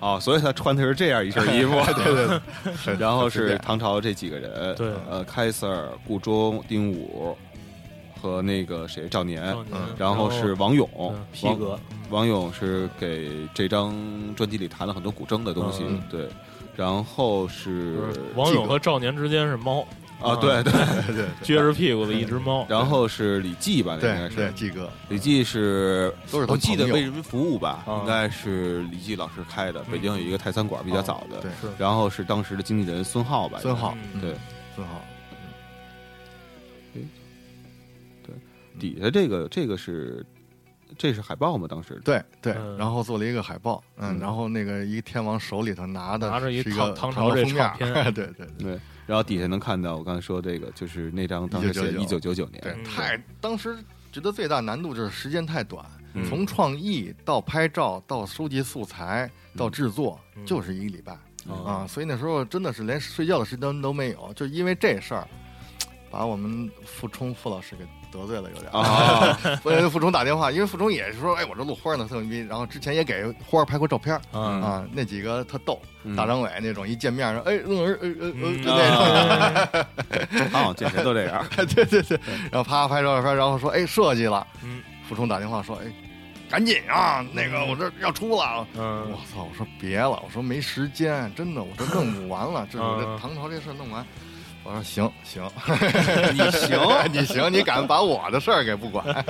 [SPEAKER 2] 哦，所以他穿的是这样一身衣服， 对对对。然后
[SPEAKER 4] 很随
[SPEAKER 2] 是
[SPEAKER 4] 便
[SPEAKER 2] 唐朝这几个人，
[SPEAKER 3] 对
[SPEAKER 2] 呃，凯瑟尔、顾中、丁武和那个谁赵年，
[SPEAKER 4] 嗯
[SPEAKER 2] 然后是王勇
[SPEAKER 3] 嗯，皮
[SPEAKER 2] 王
[SPEAKER 3] 革，
[SPEAKER 2] 王勇是给这张专辑里弹了很多古筝的东西
[SPEAKER 3] 嗯，
[SPEAKER 2] 对。然后是
[SPEAKER 3] 王勇和赵年之间是猫，
[SPEAKER 2] 啊，对对，
[SPEAKER 4] 对对
[SPEAKER 3] 撅着屁股的一只猫，
[SPEAKER 2] 然后是李记吧，那应该
[SPEAKER 4] 对对，
[SPEAKER 2] 是
[SPEAKER 4] 季哥
[SPEAKER 2] 李记是
[SPEAKER 4] 都是他
[SPEAKER 2] 我记得
[SPEAKER 4] 朋友
[SPEAKER 2] 为人民服务吧，
[SPEAKER 3] 啊
[SPEAKER 2] 应该是李记老师开的，北京有一个泰餐馆比较早的
[SPEAKER 4] 对，
[SPEAKER 3] 是
[SPEAKER 2] 然后是当时的经纪人哦孙浩吧，
[SPEAKER 4] 孙浩，
[SPEAKER 3] 嗯
[SPEAKER 2] 对
[SPEAKER 4] 嗯，孙浩，
[SPEAKER 2] 底下这个这个是这是海报吗？当时
[SPEAKER 4] 对对
[SPEAKER 3] 嗯，
[SPEAKER 4] 然后做了一个海报，
[SPEAKER 2] 嗯
[SPEAKER 4] 嗯，然后那个一个天王手里头拿的
[SPEAKER 3] 拿着一
[SPEAKER 4] 是
[SPEAKER 3] 唐
[SPEAKER 4] 个
[SPEAKER 3] 唐朝这
[SPEAKER 4] 封面
[SPEAKER 3] 唱片
[SPEAKER 4] 儿， 对对对
[SPEAKER 2] 对，然后底下能看到我刚才说这个，就是那张当时写一九
[SPEAKER 4] 1999
[SPEAKER 2] 九九年，
[SPEAKER 4] 对，
[SPEAKER 3] 嗯
[SPEAKER 4] 太当时觉得最大难度就是时间太短，
[SPEAKER 2] 嗯
[SPEAKER 4] 从创意到拍照到收集素材到制作
[SPEAKER 3] 嗯哦
[SPEAKER 4] 就是一个礼拜
[SPEAKER 2] 嗯
[SPEAKER 4] 啊，所以那时候真的是连睡觉的时间都没有，就因为这事儿，把我们傅冲傅老师给得罪了有点 儿。
[SPEAKER 2] 啊，
[SPEAKER 4] 我给傅冲打电话，因为傅冲也是说，哎，我这录花呢特牛逼，然后之前也给花儿拍过照片儿
[SPEAKER 3] 嗯
[SPEAKER 4] 啊，那几个特逗，
[SPEAKER 2] 嗯
[SPEAKER 4] 大张伟那种一见面儿，哎，嗯儿，呃呃呃，
[SPEAKER 3] 嗯
[SPEAKER 4] 就那种，
[SPEAKER 2] 啊，他好像见谁都 这样，
[SPEAKER 4] 对对对，然后啪拍照片，然后说，哎，设计了，
[SPEAKER 3] 嗯
[SPEAKER 4] 傅冲打电话说，哎，赶紧啊，那个我这要出了啊。我
[SPEAKER 3] 嗯
[SPEAKER 4] 操！我说别了，我说没时间，真的，我这弄不完 了，这我
[SPEAKER 3] 嗯
[SPEAKER 4] 这唐朝这事儿弄完。我说行行，
[SPEAKER 2] 你行，
[SPEAKER 4] 你行，你敢把我的事儿给不管？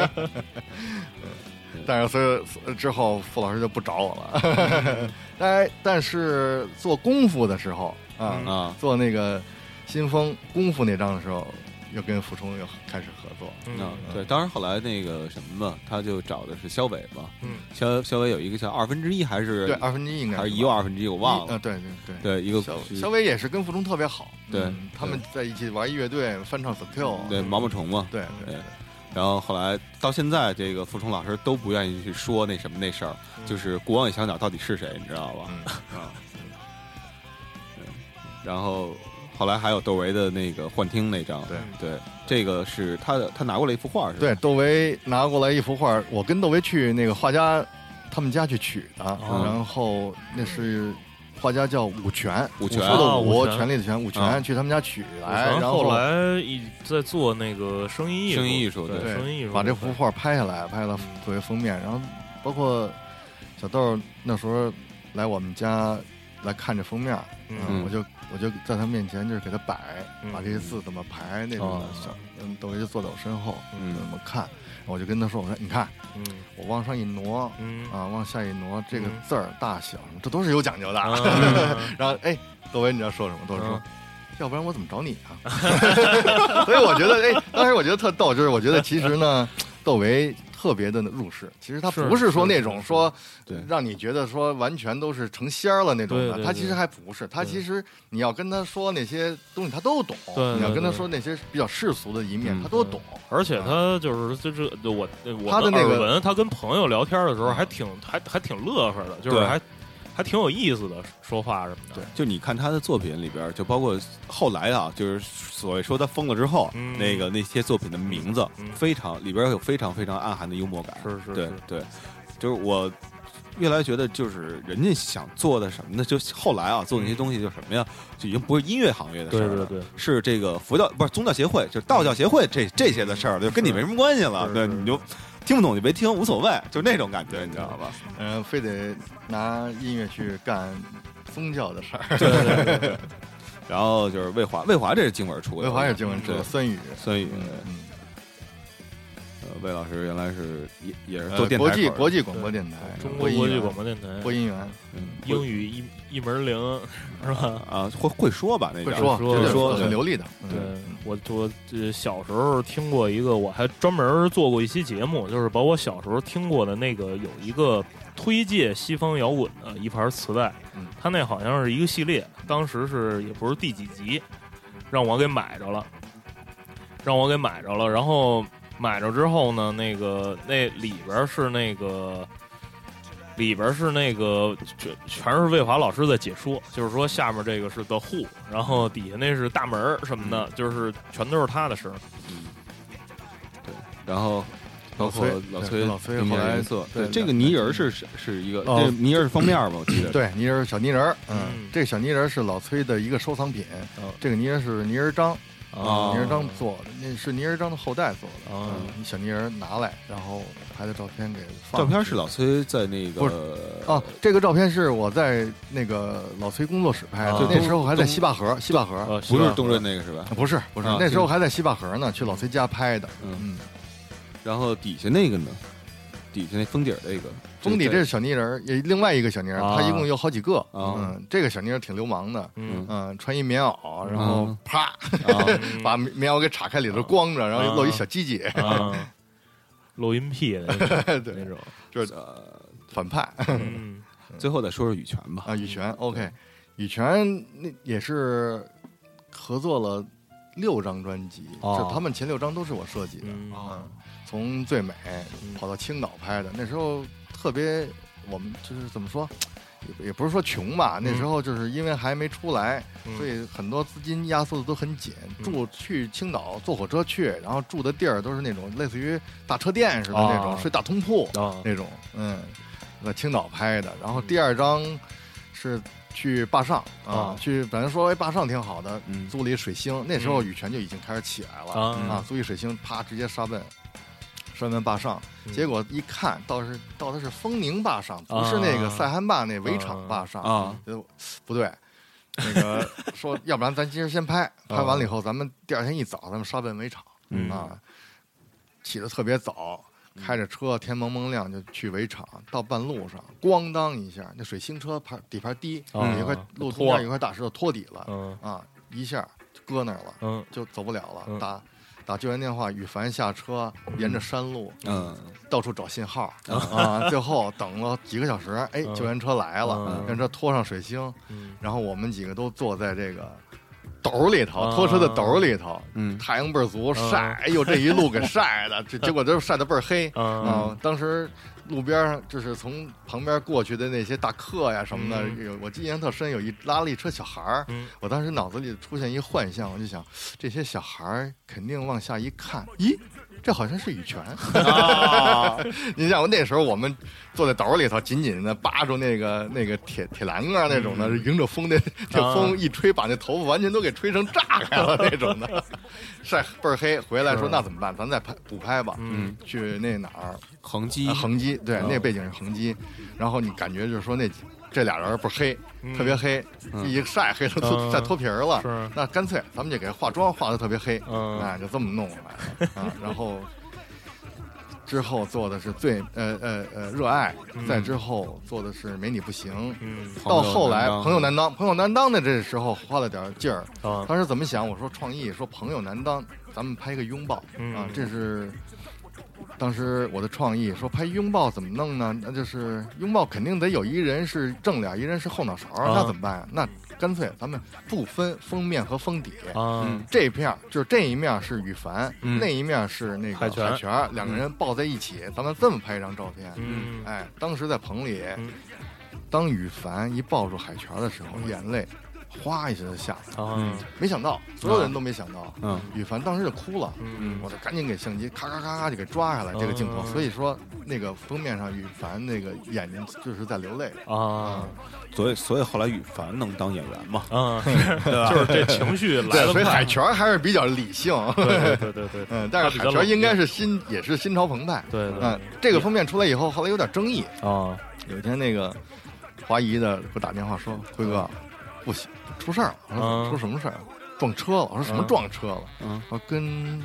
[SPEAKER 4] 但是所以之后傅老师就不找我 了。哎，但是做功夫的时候啊，
[SPEAKER 3] 嗯
[SPEAKER 2] 啊
[SPEAKER 4] 做那个新风功夫那张的时候，又跟傅冲又开始合作。
[SPEAKER 2] 啊
[SPEAKER 3] 嗯，
[SPEAKER 2] 对，当然后来那个什么嘛，他就找的是肖伟嘛，
[SPEAKER 3] 嗯
[SPEAKER 2] 肖肖伟有一个叫二分之一还是
[SPEAKER 4] 对，二分之一应该
[SPEAKER 2] 还是
[SPEAKER 4] 吧
[SPEAKER 2] 一又二分之一，我忘
[SPEAKER 4] 啊
[SPEAKER 2] 了，
[SPEAKER 4] 对对对。
[SPEAKER 2] 对，一个
[SPEAKER 4] 小
[SPEAKER 2] 是
[SPEAKER 4] 小伟也是跟傅冲特别好，
[SPEAKER 2] 对
[SPEAKER 4] 嗯他们在一起玩乐队、翻唱 skill，
[SPEAKER 2] 对毛毛虫嘛，
[SPEAKER 4] 对对
[SPEAKER 2] 对，然后后来到现在，这个傅冲老师都不愿意去说那什么那事儿，就是国王与小鸟到底是谁，你知道吧？
[SPEAKER 4] 嗯啊，
[SPEAKER 2] 然后后来还有窦唯的那个幻听那张，
[SPEAKER 4] 对
[SPEAKER 2] 对，这个是他的，他拿过来一幅画，是吧？
[SPEAKER 4] 对，窦唯拿过来一幅画，我跟窦唯去那个画家他们家去取的，
[SPEAKER 2] 啊
[SPEAKER 3] 哦
[SPEAKER 4] 然后那是画家叫武全，
[SPEAKER 2] 武全
[SPEAKER 4] 说的
[SPEAKER 3] 啊
[SPEAKER 4] 武
[SPEAKER 3] 武，全
[SPEAKER 4] 权力的权，武
[SPEAKER 2] 啊
[SPEAKER 4] 全去他们家取来，
[SPEAKER 3] 哎然
[SPEAKER 4] 然
[SPEAKER 3] 后后来一在做那个声音艺术，
[SPEAKER 2] 声音艺术
[SPEAKER 3] 对嗯
[SPEAKER 4] 对
[SPEAKER 3] 声音艺术，
[SPEAKER 4] 把这幅画拍下来，拍了作为封面，然后包括小豆那时候来我们家来看这封面，
[SPEAKER 3] 嗯
[SPEAKER 4] 啊我就我就在他面前就是给他摆，
[SPEAKER 3] 嗯
[SPEAKER 4] 把这些字怎么排那种的
[SPEAKER 3] 哦，
[SPEAKER 4] 小嗯，窦唯就坐在我身后，
[SPEAKER 2] 嗯
[SPEAKER 4] 怎么看，我就跟他说，我说你看，
[SPEAKER 3] 嗯
[SPEAKER 4] 我往上一挪，
[SPEAKER 3] 嗯
[SPEAKER 4] 啊，往下一挪，这个
[SPEAKER 3] 嗯
[SPEAKER 4] 字儿大小什么，这都是有讲究的。
[SPEAKER 3] 啊
[SPEAKER 4] 然后，哎，窦唯，你知道说什么？窦唯说
[SPEAKER 3] 嗯，
[SPEAKER 4] 要不然我怎么找你啊？ 所以我觉得，哎，当时我觉得特逗，就是我觉得其实呢，窦唯特别的入世。其实他
[SPEAKER 3] 是
[SPEAKER 4] 不是说
[SPEAKER 3] 是
[SPEAKER 4] 那
[SPEAKER 3] 是
[SPEAKER 4] 种
[SPEAKER 3] 是
[SPEAKER 4] 说
[SPEAKER 2] 对
[SPEAKER 4] 让你觉得说完全都是成仙儿了那种
[SPEAKER 3] 对
[SPEAKER 4] 的，
[SPEAKER 3] 对
[SPEAKER 4] 他
[SPEAKER 3] 对
[SPEAKER 4] 其实还不是。他
[SPEAKER 3] 对
[SPEAKER 4] 其实你要跟他说那些东西，他都懂。
[SPEAKER 3] 对
[SPEAKER 4] 你要
[SPEAKER 3] 对
[SPEAKER 4] 跟他
[SPEAKER 3] 对
[SPEAKER 4] 说那些比较世俗的一面
[SPEAKER 2] 嗯，
[SPEAKER 4] 他都懂。
[SPEAKER 3] 而且他就是就是我我
[SPEAKER 4] 他的那个
[SPEAKER 3] 耳闻，他跟朋友聊天的时候
[SPEAKER 4] 嗯
[SPEAKER 3] 还挺还还挺乐呵的，就是
[SPEAKER 2] 对
[SPEAKER 3] 还还挺有意思的，说话什么的。
[SPEAKER 4] 对
[SPEAKER 2] 就你看他的作品里边儿，就包括后来啊，就是所谓说他疯了之后，
[SPEAKER 3] 嗯
[SPEAKER 2] 那个那些作品的名字，
[SPEAKER 3] 嗯
[SPEAKER 2] 非常里边儿有非常非常暗含的幽默感。
[SPEAKER 3] 是是
[SPEAKER 2] 对
[SPEAKER 3] 是
[SPEAKER 2] 对，就是我越来越觉得，就是人家想做的什么呢？就后来啊，做那些东西就什么呀，就已经不是音乐行业的事
[SPEAKER 3] 对
[SPEAKER 2] 儿了，
[SPEAKER 3] 对对，
[SPEAKER 2] 是这个佛教不是宗教协会，就是道教协会这这些的事儿，就跟你没什么关系了。
[SPEAKER 3] 是
[SPEAKER 2] 对，
[SPEAKER 3] 是
[SPEAKER 2] 你就听不懂就别听，无所谓，就那种感觉，你知道吧？
[SPEAKER 4] 嗯，非得拿音乐去干宗教的事儿。
[SPEAKER 3] 对对对对，
[SPEAKER 2] 然后就是魏华，魏华这是静文出的，
[SPEAKER 4] 文华也经文
[SPEAKER 2] 对
[SPEAKER 4] 的，孙宇，
[SPEAKER 2] 孙宇。
[SPEAKER 4] 嗯，
[SPEAKER 2] 呃，魏老师原来是也也是
[SPEAKER 4] 呃
[SPEAKER 2] 做电台
[SPEAKER 4] 国
[SPEAKER 2] 口
[SPEAKER 4] 际
[SPEAKER 2] 的、
[SPEAKER 4] 国际广播电台，啊
[SPEAKER 3] 中
[SPEAKER 4] 播
[SPEAKER 3] 国
[SPEAKER 4] 音
[SPEAKER 3] 国际
[SPEAKER 4] 员
[SPEAKER 3] 广播电台
[SPEAKER 4] 播音员，
[SPEAKER 2] 嗯
[SPEAKER 3] 英语一一门灵是吧？
[SPEAKER 2] 啊，会会说吧？那
[SPEAKER 4] 会
[SPEAKER 2] 叫
[SPEAKER 4] 说
[SPEAKER 3] 说
[SPEAKER 4] 绝对
[SPEAKER 2] 说
[SPEAKER 4] 很流利的。嗯
[SPEAKER 3] 对，我我呃小时候听过一个，我还专门做过一期节目，就是把我小时候听过的那个有一个推介西方摇滚的一盘磁带
[SPEAKER 4] 嗯，
[SPEAKER 3] 它那好像是一个系列，当时是也不是第几集，让我给买着了，让我给买着了，然后买着之后呢，那个那里边是那个。里边是那个全全是魏华老师在解说，就是说下面这个是 The Who，然后底下那是大门儿什么的，就是全都是他的声儿。
[SPEAKER 2] 然后包括
[SPEAKER 4] 老
[SPEAKER 2] 老
[SPEAKER 4] 崔
[SPEAKER 2] 崔、
[SPEAKER 4] 老崔
[SPEAKER 2] 明
[SPEAKER 4] 后来
[SPEAKER 2] 颜色，
[SPEAKER 4] 对
[SPEAKER 2] 这个泥人是是是一个，
[SPEAKER 4] 哦
[SPEAKER 2] 这泥人是封面吧？我记得，
[SPEAKER 4] 对，泥人儿小泥人儿，嗯
[SPEAKER 3] 嗯，
[SPEAKER 4] 这个小泥人儿是老崔的一个收藏品
[SPEAKER 3] 哦，
[SPEAKER 4] 这个泥人儿是泥人儿章，
[SPEAKER 2] 哦
[SPEAKER 4] 泥人儿章做的，那是泥人儿章的后代做的。
[SPEAKER 3] 哦
[SPEAKER 4] 嗯小泥人儿拿来，然后拍的照片给放
[SPEAKER 2] 照片
[SPEAKER 4] 上去
[SPEAKER 2] 是老崔在那
[SPEAKER 4] 不
[SPEAKER 2] 个
[SPEAKER 4] 哦，这个照片是我在那个老崔工作室拍的
[SPEAKER 3] 哦，
[SPEAKER 4] 那时候还在
[SPEAKER 2] 东
[SPEAKER 4] 西坝河，西坝河
[SPEAKER 3] 呃，
[SPEAKER 2] 不是
[SPEAKER 3] 吧
[SPEAKER 2] 东润那个是吧？
[SPEAKER 4] 不是不是
[SPEAKER 2] 啊，
[SPEAKER 4] 那时候还在西坝河呢，去老崔家拍的。
[SPEAKER 2] 嗯
[SPEAKER 4] 嗯，
[SPEAKER 2] 然后底下那个呢？底下那封底儿那个
[SPEAKER 4] 封底这
[SPEAKER 2] 这
[SPEAKER 4] 是小泥人儿，也另外一个小泥人儿，
[SPEAKER 3] 啊
[SPEAKER 4] 他一共有好几个。
[SPEAKER 2] 啊
[SPEAKER 4] 嗯，这个小泥人儿挺流氓的，
[SPEAKER 3] 嗯，
[SPEAKER 4] 嗯，穿一棉袄，然后
[SPEAKER 2] 嗯
[SPEAKER 4] 啪
[SPEAKER 2] 啊，
[SPEAKER 3] 嗯
[SPEAKER 4] 把棉棉袄给岔开，里头光着，然后露一小鸡鸡，
[SPEAKER 3] 啊录音屁的那种那
[SPEAKER 4] 对，
[SPEAKER 3] 种。
[SPEAKER 2] 呃，
[SPEAKER 4] 反派
[SPEAKER 3] 嗯
[SPEAKER 2] 最后再说说羽泉吧。
[SPEAKER 4] 啊，羽泉，OK，羽泉那也是合作了六张专辑，
[SPEAKER 3] 哦
[SPEAKER 4] 就他们前六张都是我设计的，
[SPEAKER 3] 嗯
[SPEAKER 4] 嗯，从最美
[SPEAKER 3] 嗯
[SPEAKER 4] 跑到青岛拍的，那时候特别，我们就是怎么说，也也不是说穷吧，那时候就是因为还没出来，
[SPEAKER 3] 嗯
[SPEAKER 4] 所以很多资金压缩的都很紧，
[SPEAKER 3] 嗯
[SPEAKER 4] 住去青岛坐火车去，然后住的地儿都是那种类似于大车店似的那种，
[SPEAKER 3] 啊
[SPEAKER 4] 睡大通铺
[SPEAKER 3] 啊
[SPEAKER 4] 那种，嗯，在青岛拍的。然后第二张是去坝上啊
[SPEAKER 3] 啊，
[SPEAKER 4] 去本来说哎坝上挺好的，
[SPEAKER 2] 嗯
[SPEAKER 4] 租了一水星，那时候
[SPEAKER 3] 嗯
[SPEAKER 4] 羽泉就已经开始起来了
[SPEAKER 3] 啊
[SPEAKER 4] 啊，租一水星啪直接杀奔，专门坝上，结果一看倒是到的是丰宁坝上，不是那个塞罕坝那围场坝上
[SPEAKER 2] 啊，
[SPEAKER 4] 觉得不对。那个说，要不然咱今儿先拍，拍完了以后，咱们第二天一早，咱们杀奔围场、
[SPEAKER 2] 嗯
[SPEAKER 4] 啊，起得特别早，开着车，天蒙蒙亮就去围场，到半路上，咣当一下，那水星车盘底盘低，
[SPEAKER 3] 啊
[SPEAKER 4] 有一块路中
[SPEAKER 3] 脱了
[SPEAKER 4] 间有一块大石头托底了，
[SPEAKER 3] 嗯
[SPEAKER 4] 啊，一下就搁那儿了，
[SPEAKER 3] 嗯
[SPEAKER 4] 就走不了了，
[SPEAKER 3] 嗯
[SPEAKER 4] 打打救援电话，羽凡下车，沿着山路，
[SPEAKER 2] 嗯
[SPEAKER 4] 到处找信号啊，最后等了几个小时，哎，
[SPEAKER 3] 嗯
[SPEAKER 4] 救援车来了，
[SPEAKER 3] 嗯
[SPEAKER 4] 救援车拖上水星，
[SPEAKER 3] 嗯
[SPEAKER 4] 然后我们几个都坐在这个斗里头，
[SPEAKER 3] 啊
[SPEAKER 4] 拖车的斗里头，
[SPEAKER 2] 嗯
[SPEAKER 4] 太阳倍儿足，
[SPEAKER 3] 嗯
[SPEAKER 4] 晒，哎呦，这一路给晒的，这结果都晒得倍儿黑
[SPEAKER 3] 嗯
[SPEAKER 4] 啊！当时路边上就是从旁边过去的那些大客呀什么的，
[SPEAKER 3] 嗯
[SPEAKER 4] 有我印象特深，有一拉了一车小孩儿，
[SPEAKER 3] 嗯
[SPEAKER 4] 我当时脑子里出现一幻象，我就想这些小孩儿肯定往下一看，咦，这好像是羽 泉。
[SPEAKER 2] 呃
[SPEAKER 4] 你想，那时候我们坐在斗里头，紧紧的扒住那个那个铁铁栏杆那种的，
[SPEAKER 3] 嗯
[SPEAKER 4] 迎着
[SPEAKER 3] 啊
[SPEAKER 4] 风的这风一吹，把那头发完全都给吹成炸开了那种的， 晒倍儿黑。回来说
[SPEAKER 3] 是
[SPEAKER 4] 那怎么办？咱再拍补拍吧。
[SPEAKER 3] 嗯，
[SPEAKER 4] 去那哪儿？
[SPEAKER 2] 横机
[SPEAKER 4] 啊横机，对，那背景是横机。然后你感觉就是说那这俩人不是黑，特别黑，一晒黑
[SPEAKER 3] 嗯
[SPEAKER 4] 都都晒脱皮儿了。
[SPEAKER 3] 是
[SPEAKER 4] 那干脆咱们就给化妆化的特别黑，
[SPEAKER 3] 嗯
[SPEAKER 4] 哎，就这么弄过来了。啊，然后之后做的是最呃呃呃热爱，再之后做的是没你不行。
[SPEAKER 3] 嗯
[SPEAKER 4] 到后来，
[SPEAKER 2] 朋
[SPEAKER 4] 朋
[SPEAKER 2] 友
[SPEAKER 4] 友难当，朋友难当的这时候花了点劲儿。
[SPEAKER 3] 啊
[SPEAKER 4] 当时怎么想？我说创意，说朋友难当，咱们拍一个拥抱、
[SPEAKER 3] 嗯
[SPEAKER 4] 啊，这是当时我的创意。说拍拥抱怎么弄呢？那就是拥抱肯定得有一人是正脸，一人是后脑勺，
[SPEAKER 3] 啊
[SPEAKER 4] 那怎么办呀？那干脆咱们不分封面和封底。
[SPEAKER 3] 啊
[SPEAKER 2] 嗯
[SPEAKER 4] 这片儿就是这一面儿是羽凡，
[SPEAKER 2] 嗯
[SPEAKER 4] 那一面儿是那个
[SPEAKER 3] 海
[SPEAKER 4] 海
[SPEAKER 3] 泉
[SPEAKER 4] 儿两个人抱在一起，咱们这么拍一张照片。
[SPEAKER 3] 嗯
[SPEAKER 4] 哎，当时在棚里，
[SPEAKER 3] 嗯
[SPEAKER 4] 当羽凡一抱住海泉儿的时候，眼泪哗一下就下来了。
[SPEAKER 3] 啊
[SPEAKER 4] 没想到，所有人都没想到，
[SPEAKER 2] 嗯
[SPEAKER 4] 羽凡当时就哭了，
[SPEAKER 3] 嗯
[SPEAKER 4] 我就赶紧给相机咔咔咔咔就给抓下来这个镜头，
[SPEAKER 3] 嗯
[SPEAKER 4] 所以说那个封面上羽凡那个眼睛就是在流泪，
[SPEAKER 3] 啊
[SPEAKER 2] 所以所以后来羽凡能当演员嘛？
[SPEAKER 3] 啊， 就是这情绪来
[SPEAKER 4] 对，
[SPEAKER 3] 的
[SPEAKER 4] 所以
[SPEAKER 3] 快，
[SPEAKER 4] 海泉还是比较 理性，
[SPEAKER 3] 对对对对，
[SPEAKER 4] 嗯，但是海泉应该是心也是心潮澎湃，
[SPEAKER 3] 对对
[SPEAKER 4] 嗯，这个封面出来以后，后来有点争议，
[SPEAKER 3] 啊
[SPEAKER 4] 有一天那个华谊的给我打电话说，辉哥，不行，出事儿了，我
[SPEAKER 3] 嗯
[SPEAKER 4] 说出什么事儿了？撞车了，我说什么
[SPEAKER 3] 嗯
[SPEAKER 4] 撞车了？
[SPEAKER 2] 嗯，
[SPEAKER 4] 我说跟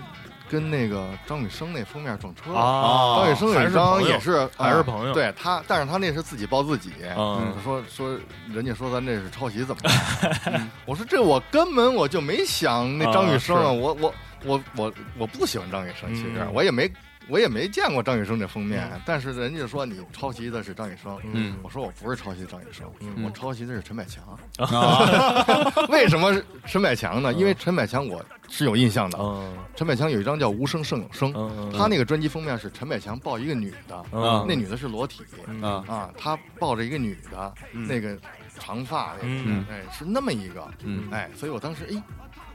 [SPEAKER 4] 跟那个张雨生那封面撞车了。
[SPEAKER 3] 啊，
[SPEAKER 4] 哦张雨生有一张也是
[SPEAKER 3] 还是
[SPEAKER 4] 呃
[SPEAKER 3] 朋友
[SPEAKER 4] 对他，但是他那是自己报自己。
[SPEAKER 3] 嗯
[SPEAKER 4] 他说说人家说咱这是抄袭怎么办？嗯我说这我根本我就没想那张雨生
[SPEAKER 3] 啊
[SPEAKER 4] 啊，我我我我我不喜欢张雨生，其实
[SPEAKER 3] 嗯
[SPEAKER 4] 我也没我也没见过张雨生这封面，但是人家说你抄袭的是张雨生，
[SPEAKER 3] 嗯
[SPEAKER 4] 我说我不是抄袭张雨生，
[SPEAKER 3] 嗯
[SPEAKER 4] 我抄袭的是陈百强。
[SPEAKER 2] 啊，
[SPEAKER 4] 为什么是陈百强呢？因为陈百强我是有印象的，
[SPEAKER 3] 嗯
[SPEAKER 4] 陈百强有一张叫《无声胜有声》，
[SPEAKER 3] 嗯，
[SPEAKER 4] 他那个专辑封面是陈百强抱一个女的，
[SPEAKER 3] 嗯
[SPEAKER 4] 那女的是裸体
[SPEAKER 2] 啊
[SPEAKER 4] 啊，他抱着一个女的，那个长发那个，
[SPEAKER 3] 嗯
[SPEAKER 4] 哎，是那么一个，
[SPEAKER 2] 嗯
[SPEAKER 4] 哎，所以我当时哎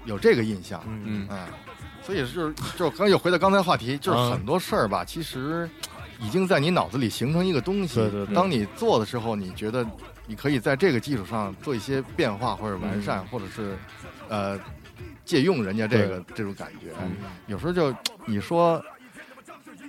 [SPEAKER 4] 有这个印象，
[SPEAKER 3] 嗯
[SPEAKER 2] 嗯
[SPEAKER 4] 哎，所以就是就是刚又回到刚才话题，就是
[SPEAKER 3] 嗯
[SPEAKER 4] 很多事儿吧，其实已经在你脑子里形成一个东西，
[SPEAKER 3] 对对对
[SPEAKER 4] 当你做的时候，你觉得你可以在这个基础上做一些变化或者完善，
[SPEAKER 3] 嗯
[SPEAKER 4] 或者是呃借用人家这个这种感觉，
[SPEAKER 2] 嗯
[SPEAKER 4] 有时候就你说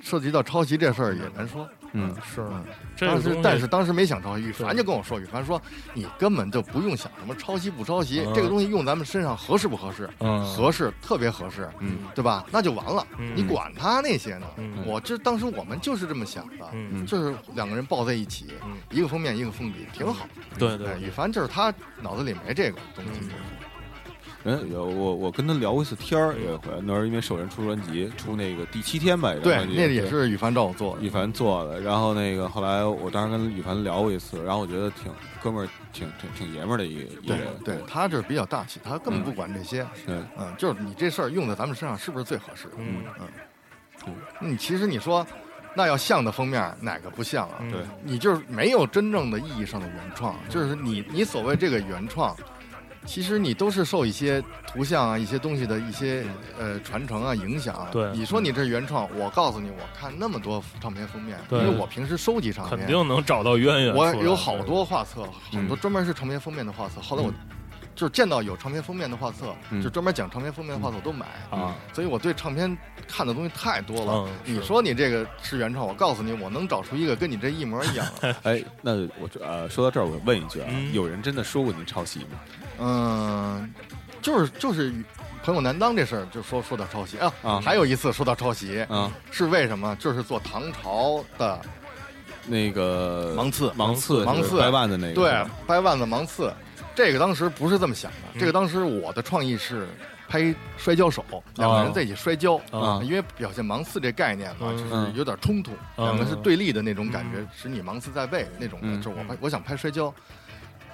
[SPEAKER 4] 涉及到抄袭这事儿也难说。
[SPEAKER 2] 嗯
[SPEAKER 3] 是
[SPEAKER 4] 嗯，
[SPEAKER 3] 这
[SPEAKER 4] 当
[SPEAKER 3] 个
[SPEAKER 4] 时
[SPEAKER 3] 东
[SPEAKER 4] 但
[SPEAKER 3] 西
[SPEAKER 4] 是当时没想抄袭，羽凡
[SPEAKER 3] 对
[SPEAKER 4] 就跟我说，羽凡说你根本就不用想什么抄袭不抄袭，
[SPEAKER 3] 嗯
[SPEAKER 4] 这个东西用咱们身上合适不合适，
[SPEAKER 3] 嗯
[SPEAKER 4] 合适特别合适，
[SPEAKER 2] 嗯
[SPEAKER 4] 对吧？那就完了，
[SPEAKER 3] 嗯
[SPEAKER 4] 你管他那些呢？
[SPEAKER 3] 嗯
[SPEAKER 4] 我这当时我们就是这么想的，
[SPEAKER 3] 嗯
[SPEAKER 4] 就是两个人抱在一起，
[SPEAKER 3] 嗯
[SPEAKER 4] 一个封面一个封底，挺好。
[SPEAKER 3] 对对
[SPEAKER 4] 哎羽凡就是他脑子里没这个东西，
[SPEAKER 3] 嗯
[SPEAKER 2] 人有我我跟他聊过一次天儿，有一回那是因为首人出专辑，出那个第七天吧，
[SPEAKER 4] 对，
[SPEAKER 2] 然后
[SPEAKER 4] 那也是羽凡找我做的
[SPEAKER 2] 羽。凡做的。然后那个后来我当时跟羽凡聊过一次，然后我觉得挺哥们儿，挺挺挺爷们儿的一个艺
[SPEAKER 4] 对
[SPEAKER 2] 人，
[SPEAKER 4] 对，他就是比较大气，他根本不管这些。
[SPEAKER 2] 嗯
[SPEAKER 4] 嗯，就是你这事儿用在咱们身上是不是最合适的？
[SPEAKER 3] 嗯
[SPEAKER 4] 你其实你说，那要像的封面哪个不像啊？
[SPEAKER 2] 对，
[SPEAKER 4] 你就是没有真正的意义上的原创，就是你你所谓这个原创，其实你都是受一些图像啊、一些东西的一些呃传承啊影响啊。
[SPEAKER 3] 对
[SPEAKER 4] 你说你这是原创，我告诉你，我看那么多唱片封面，因
[SPEAKER 3] 对
[SPEAKER 4] 为我平时收集唱片，
[SPEAKER 3] 肯定能找到渊源出
[SPEAKER 4] 我
[SPEAKER 3] 来。
[SPEAKER 4] 有好多画册，
[SPEAKER 2] 嗯
[SPEAKER 4] 很多专门是唱片封面的画册。后来我就是见到有唱片封面的画册，
[SPEAKER 2] 嗯
[SPEAKER 4] 就专门讲唱片封面的画册我都买。
[SPEAKER 3] 啊，
[SPEAKER 4] 所以我对唱片看的东西太多了。
[SPEAKER 3] 嗯
[SPEAKER 4] 你
[SPEAKER 3] 是
[SPEAKER 4] 说你这个是原创，我告诉你，我能找出一个跟你这一模一样的。
[SPEAKER 2] 哎，那我这呃，说到这儿，我问一句啊，
[SPEAKER 3] 嗯
[SPEAKER 2] 有人真的说过您抄袭吗？
[SPEAKER 4] 嗯，就是就是朋友难当这事儿，就说说到抄袭啊。
[SPEAKER 2] 啊
[SPEAKER 4] 还有一次说到抄袭，
[SPEAKER 2] 啊，
[SPEAKER 4] 是为什么？就是做唐朝的
[SPEAKER 2] 那个
[SPEAKER 4] 芒刺，
[SPEAKER 2] 呃芒刺
[SPEAKER 4] 芒
[SPEAKER 2] 就是
[SPEAKER 4] 刺
[SPEAKER 2] 掰腕的那个，
[SPEAKER 4] 对，掰腕子芒刺，这个当时不是这么想的。
[SPEAKER 3] 嗯
[SPEAKER 4] 这个当时我的创意是拍摔跤手，两个人在一起摔跤，
[SPEAKER 2] 啊
[SPEAKER 4] 因为表现芒刺这概念嘛，
[SPEAKER 3] 哦嗯
[SPEAKER 4] 就是有点冲突，
[SPEAKER 3] 嗯
[SPEAKER 4] 两个是对立的那种感觉
[SPEAKER 3] 嗯，
[SPEAKER 4] 使你芒刺在背那种的。
[SPEAKER 2] 嗯
[SPEAKER 4] 就是我
[SPEAKER 3] 嗯
[SPEAKER 4] 拍，我想拍摔跤，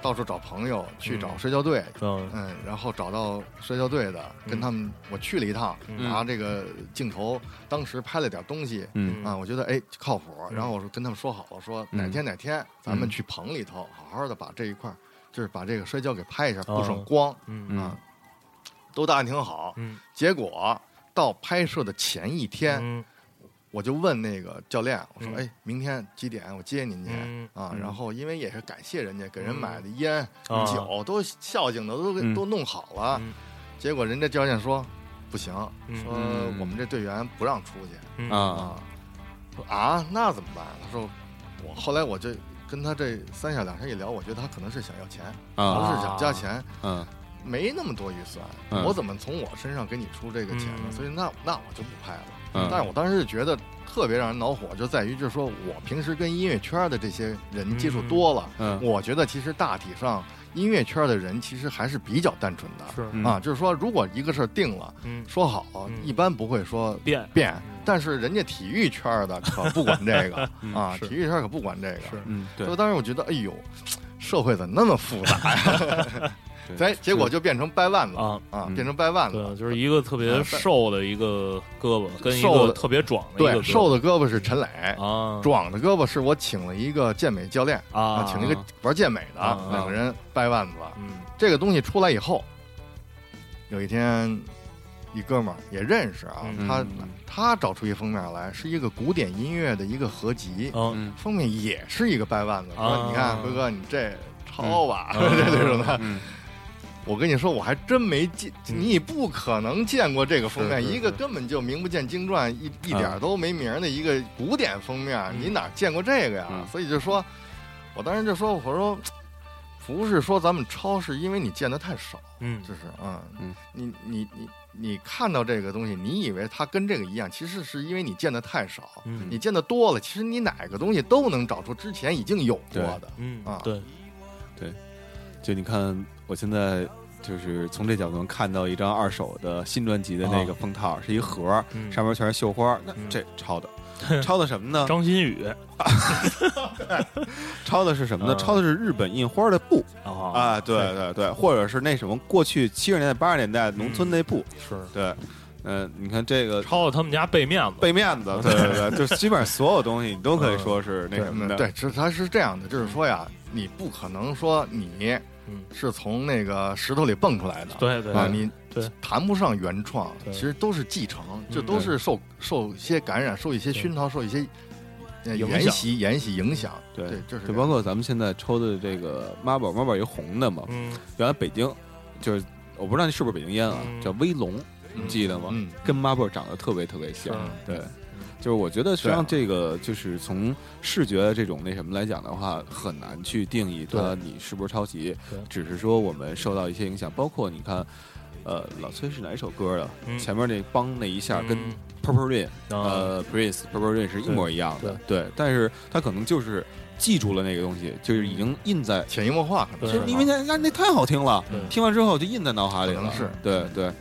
[SPEAKER 4] 到处找朋友去找
[SPEAKER 3] 嗯
[SPEAKER 4] 摔跤队。
[SPEAKER 3] 嗯
[SPEAKER 4] 嗯，然后找到摔跤队的，跟他们我去了一趟，
[SPEAKER 3] 嗯
[SPEAKER 4] 拿这个镜头，当时拍了点东西，
[SPEAKER 2] 嗯
[SPEAKER 4] 啊，我觉得哎靠谱。
[SPEAKER 3] 嗯
[SPEAKER 4] 然后我说跟他们说好，我说哪天哪天咱们去棚里头，好好的把这一块儿，就是把这个摔跤给拍一下，
[SPEAKER 3] 哦
[SPEAKER 4] 不省光
[SPEAKER 3] 嗯
[SPEAKER 2] 嗯
[SPEAKER 4] 啊，都答应挺好。
[SPEAKER 3] 嗯
[SPEAKER 4] 结果到拍摄的前一天，
[SPEAKER 3] 嗯
[SPEAKER 4] 我就问那个教练，我说
[SPEAKER 3] 嗯
[SPEAKER 4] 哎，明天几点我接您去？
[SPEAKER 3] 嗯
[SPEAKER 4] 啊，
[SPEAKER 2] 嗯
[SPEAKER 4] 然后因为也是感谢人家给人
[SPEAKER 3] 嗯
[SPEAKER 4] 买的烟、
[SPEAKER 3] 啊
[SPEAKER 4] 酒都孝敬的都给
[SPEAKER 2] 嗯
[SPEAKER 4] 都弄好了，
[SPEAKER 3] 嗯
[SPEAKER 4] 结果人家教练说不行，
[SPEAKER 3] 嗯
[SPEAKER 4] 说
[SPEAKER 2] 嗯
[SPEAKER 4] 我们这队员不让出去。
[SPEAKER 3] 嗯
[SPEAKER 2] 啊
[SPEAKER 4] 啊，说啊，那怎么办？他说我后来我这跟他这三下两下一聊，我觉得他可能是想要钱，不
[SPEAKER 2] 啊
[SPEAKER 4] 是想加钱，
[SPEAKER 2] 嗯
[SPEAKER 4] 没那么多预算，
[SPEAKER 2] 嗯
[SPEAKER 4] 我怎么从我身上给你出这个钱呢？
[SPEAKER 3] 嗯
[SPEAKER 4] 所以那那我就不拍了。
[SPEAKER 2] 嗯
[SPEAKER 4] 但是我当时就觉得特别让人恼火，就在于就是说我平时跟音乐圈的这些人接触多了，
[SPEAKER 2] 嗯
[SPEAKER 4] 我觉得其实大体上音乐圈的人其实还是比较单纯的。
[SPEAKER 3] 是
[SPEAKER 2] 嗯
[SPEAKER 4] 啊，就是说，如果一个事儿定了，
[SPEAKER 3] 嗯
[SPEAKER 4] 说好，
[SPEAKER 3] 嗯
[SPEAKER 4] 一般不会说
[SPEAKER 3] 变
[SPEAKER 4] 变，但是人家体育圈儿的可不管 这个
[SPEAKER 2] 嗯
[SPEAKER 4] 啊，
[SPEAKER 3] 是
[SPEAKER 4] 体育圈儿可不管这个。
[SPEAKER 3] 是
[SPEAKER 2] 嗯，对
[SPEAKER 4] 所以，当时我觉得，哎呦，社会怎么那么复杂呀？
[SPEAKER 2] 对
[SPEAKER 4] 哎，结果就变成掰腕子了
[SPEAKER 3] 啊，
[SPEAKER 4] 啊
[SPEAKER 2] 嗯，
[SPEAKER 4] 变成掰腕子了
[SPEAKER 3] 对，。就是一个特别
[SPEAKER 4] 啊但
[SPEAKER 3] 瘦的一个胳膊，跟一
[SPEAKER 4] 瘦
[SPEAKER 3] 个
[SPEAKER 4] 的
[SPEAKER 3] 特别壮的一个
[SPEAKER 4] 对，哎瘦
[SPEAKER 3] 的
[SPEAKER 4] 的胳膊是陈磊，
[SPEAKER 3] 啊
[SPEAKER 4] 壮的胳膊是我请了一个健美教练
[SPEAKER 3] 啊，
[SPEAKER 4] 请了一个玩健美
[SPEAKER 3] 啊
[SPEAKER 4] 的
[SPEAKER 3] 啊
[SPEAKER 4] 两个人掰腕子。
[SPEAKER 3] 嗯
[SPEAKER 4] 这个东西出来以后，有一天，一哥们儿也认识啊，
[SPEAKER 3] 嗯
[SPEAKER 4] 他
[SPEAKER 2] 嗯
[SPEAKER 4] 他找出一封面来，是一个古典音乐的一个合集。
[SPEAKER 3] 嗯
[SPEAKER 2] 嗯
[SPEAKER 4] 封面也是一个掰腕子，
[SPEAKER 3] 啊
[SPEAKER 4] 说你看辉哥你这抄吧， 这这种的。
[SPEAKER 2] 嗯
[SPEAKER 4] 我跟你说，我还真没见，
[SPEAKER 3] 嗯
[SPEAKER 4] 你不可能见过这个封面，
[SPEAKER 2] 是是
[SPEAKER 4] 一个根本就名不见经传，一一
[SPEAKER 2] 啊
[SPEAKER 4] 点都没名儿的一个古典封面，
[SPEAKER 3] 嗯
[SPEAKER 4] 你哪见过这个呀
[SPEAKER 2] 嗯？
[SPEAKER 4] 所以就说，我当时就说，我说。不是说咱们抄，是因为你见的太少，
[SPEAKER 3] 嗯
[SPEAKER 4] 就是嗯，
[SPEAKER 2] 嗯
[SPEAKER 4] 你你你你看到这个东西，你以为它跟这个一样，其实是因为你见的太少，
[SPEAKER 3] 嗯
[SPEAKER 4] 你见的多了，其实你哪个东西都能找出之前已经有过的。
[SPEAKER 3] 嗯
[SPEAKER 4] 啊
[SPEAKER 3] 对
[SPEAKER 2] 就你看，我现在就是从这角度能看到一张二手的新专辑的那个封套，是一盒儿，
[SPEAKER 3] 啊嗯
[SPEAKER 2] 上面全是绣花儿，那
[SPEAKER 3] 嗯
[SPEAKER 2] 这抄 的。抄的什么呢？
[SPEAKER 3] 张馨予
[SPEAKER 2] 抄的是什么呢？
[SPEAKER 3] 嗯
[SPEAKER 2] 抄的是日本印花的布
[SPEAKER 3] 啊
[SPEAKER 2] 啊，对对对，或者是那什么过去七十年代、八十年代农村那布，
[SPEAKER 3] 是
[SPEAKER 2] 对，嗯，你看这个
[SPEAKER 3] 抄了他们家背面子
[SPEAKER 2] 背面子， 对对对，就是基本上所有东西你都可以说是那什么的，
[SPEAKER 4] 嗯
[SPEAKER 3] 嗯
[SPEAKER 4] 对，是它是这样的，就是说呀，你不可能说你
[SPEAKER 3] 嗯
[SPEAKER 4] 是从那个石头里蹦出来的，
[SPEAKER 3] 对对
[SPEAKER 4] 啊，
[SPEAKER 3] 对
[SPEAKER 4] 你
[SPEAKER 3] 对
[SPEAKER 4] 谈不上原创，
[SPEAKER 3] 对
[SPEAKER 4] 其实都是继承，这
[SPEAKER 3] 嗯
[SPEAKER 4] 都是受受一些感染，受一些熏陶，受一些呃
[SPEAKER 3] 影响
[SPEAKER 4] 沿袭、沿袭影响。
[SPEAKER 2] 对
[SPEAKER 4] 对，就是
[SPEAKER 2] 就
[SPEAKER 4] 这
[SPEAKER 2] 包
[SPEAKER 4] 样
[SPEAKER 2] 括咱们现在抽的这个妈宝，妈宝有红的嘛，
[SPEAKER 3] 嗯
[SPEAKER 2] 原来北京就是我不知道你是不是北京烟啊，
[SPEAKER 3] 嗯
[SPEAKER 2] 叫威龙，你
[SPEAKER 4] 嗯
[SPEAKER 2] 记得吗？
[SPEAKER 4] 嗯，
[SPEAKER 2] 跟 Marble 长得特别特别像
[SPEAKER 3] 是，
[SPEAKER 2] 对。就是我觉得，实际上这个就是从视觉这种那什么来讲的话，很难去定义它
[SPEAKER 3] 对
[SPEAKER 2] 你是不是抄袭
[SPEAKER 3] 对，
[SPEAKER 2] 只是说我们受到一些影响，包括你看，呃，老崔是哪首歌的？
[SPEAKER 3] 嗯
[SPEAKER 2] 前面那帮那一下跟
[SPEAKER 3] 嗯
[SPEAKER 2] Purple Rain
[SPEAKER 3] 啊
[SPEAKER 2] 呃 Prince Purple Rain 是一模一样的，对，但是他可能就是记住了那个东西，就是已经印在，
[SPEAKER 4] 潜移默化可能
[SPEAKER 3] 对
[SPEAKER 2] 就是因为那那那太好听了
[SPEAKER 3] 对，
[SPEAKER 2] 听完之后就印在脑海里
[SPEAKER 4] 可
[SPEAKER 2] 了，
[SPEAKER 4] 能是
[SPEAKER 2] 对对，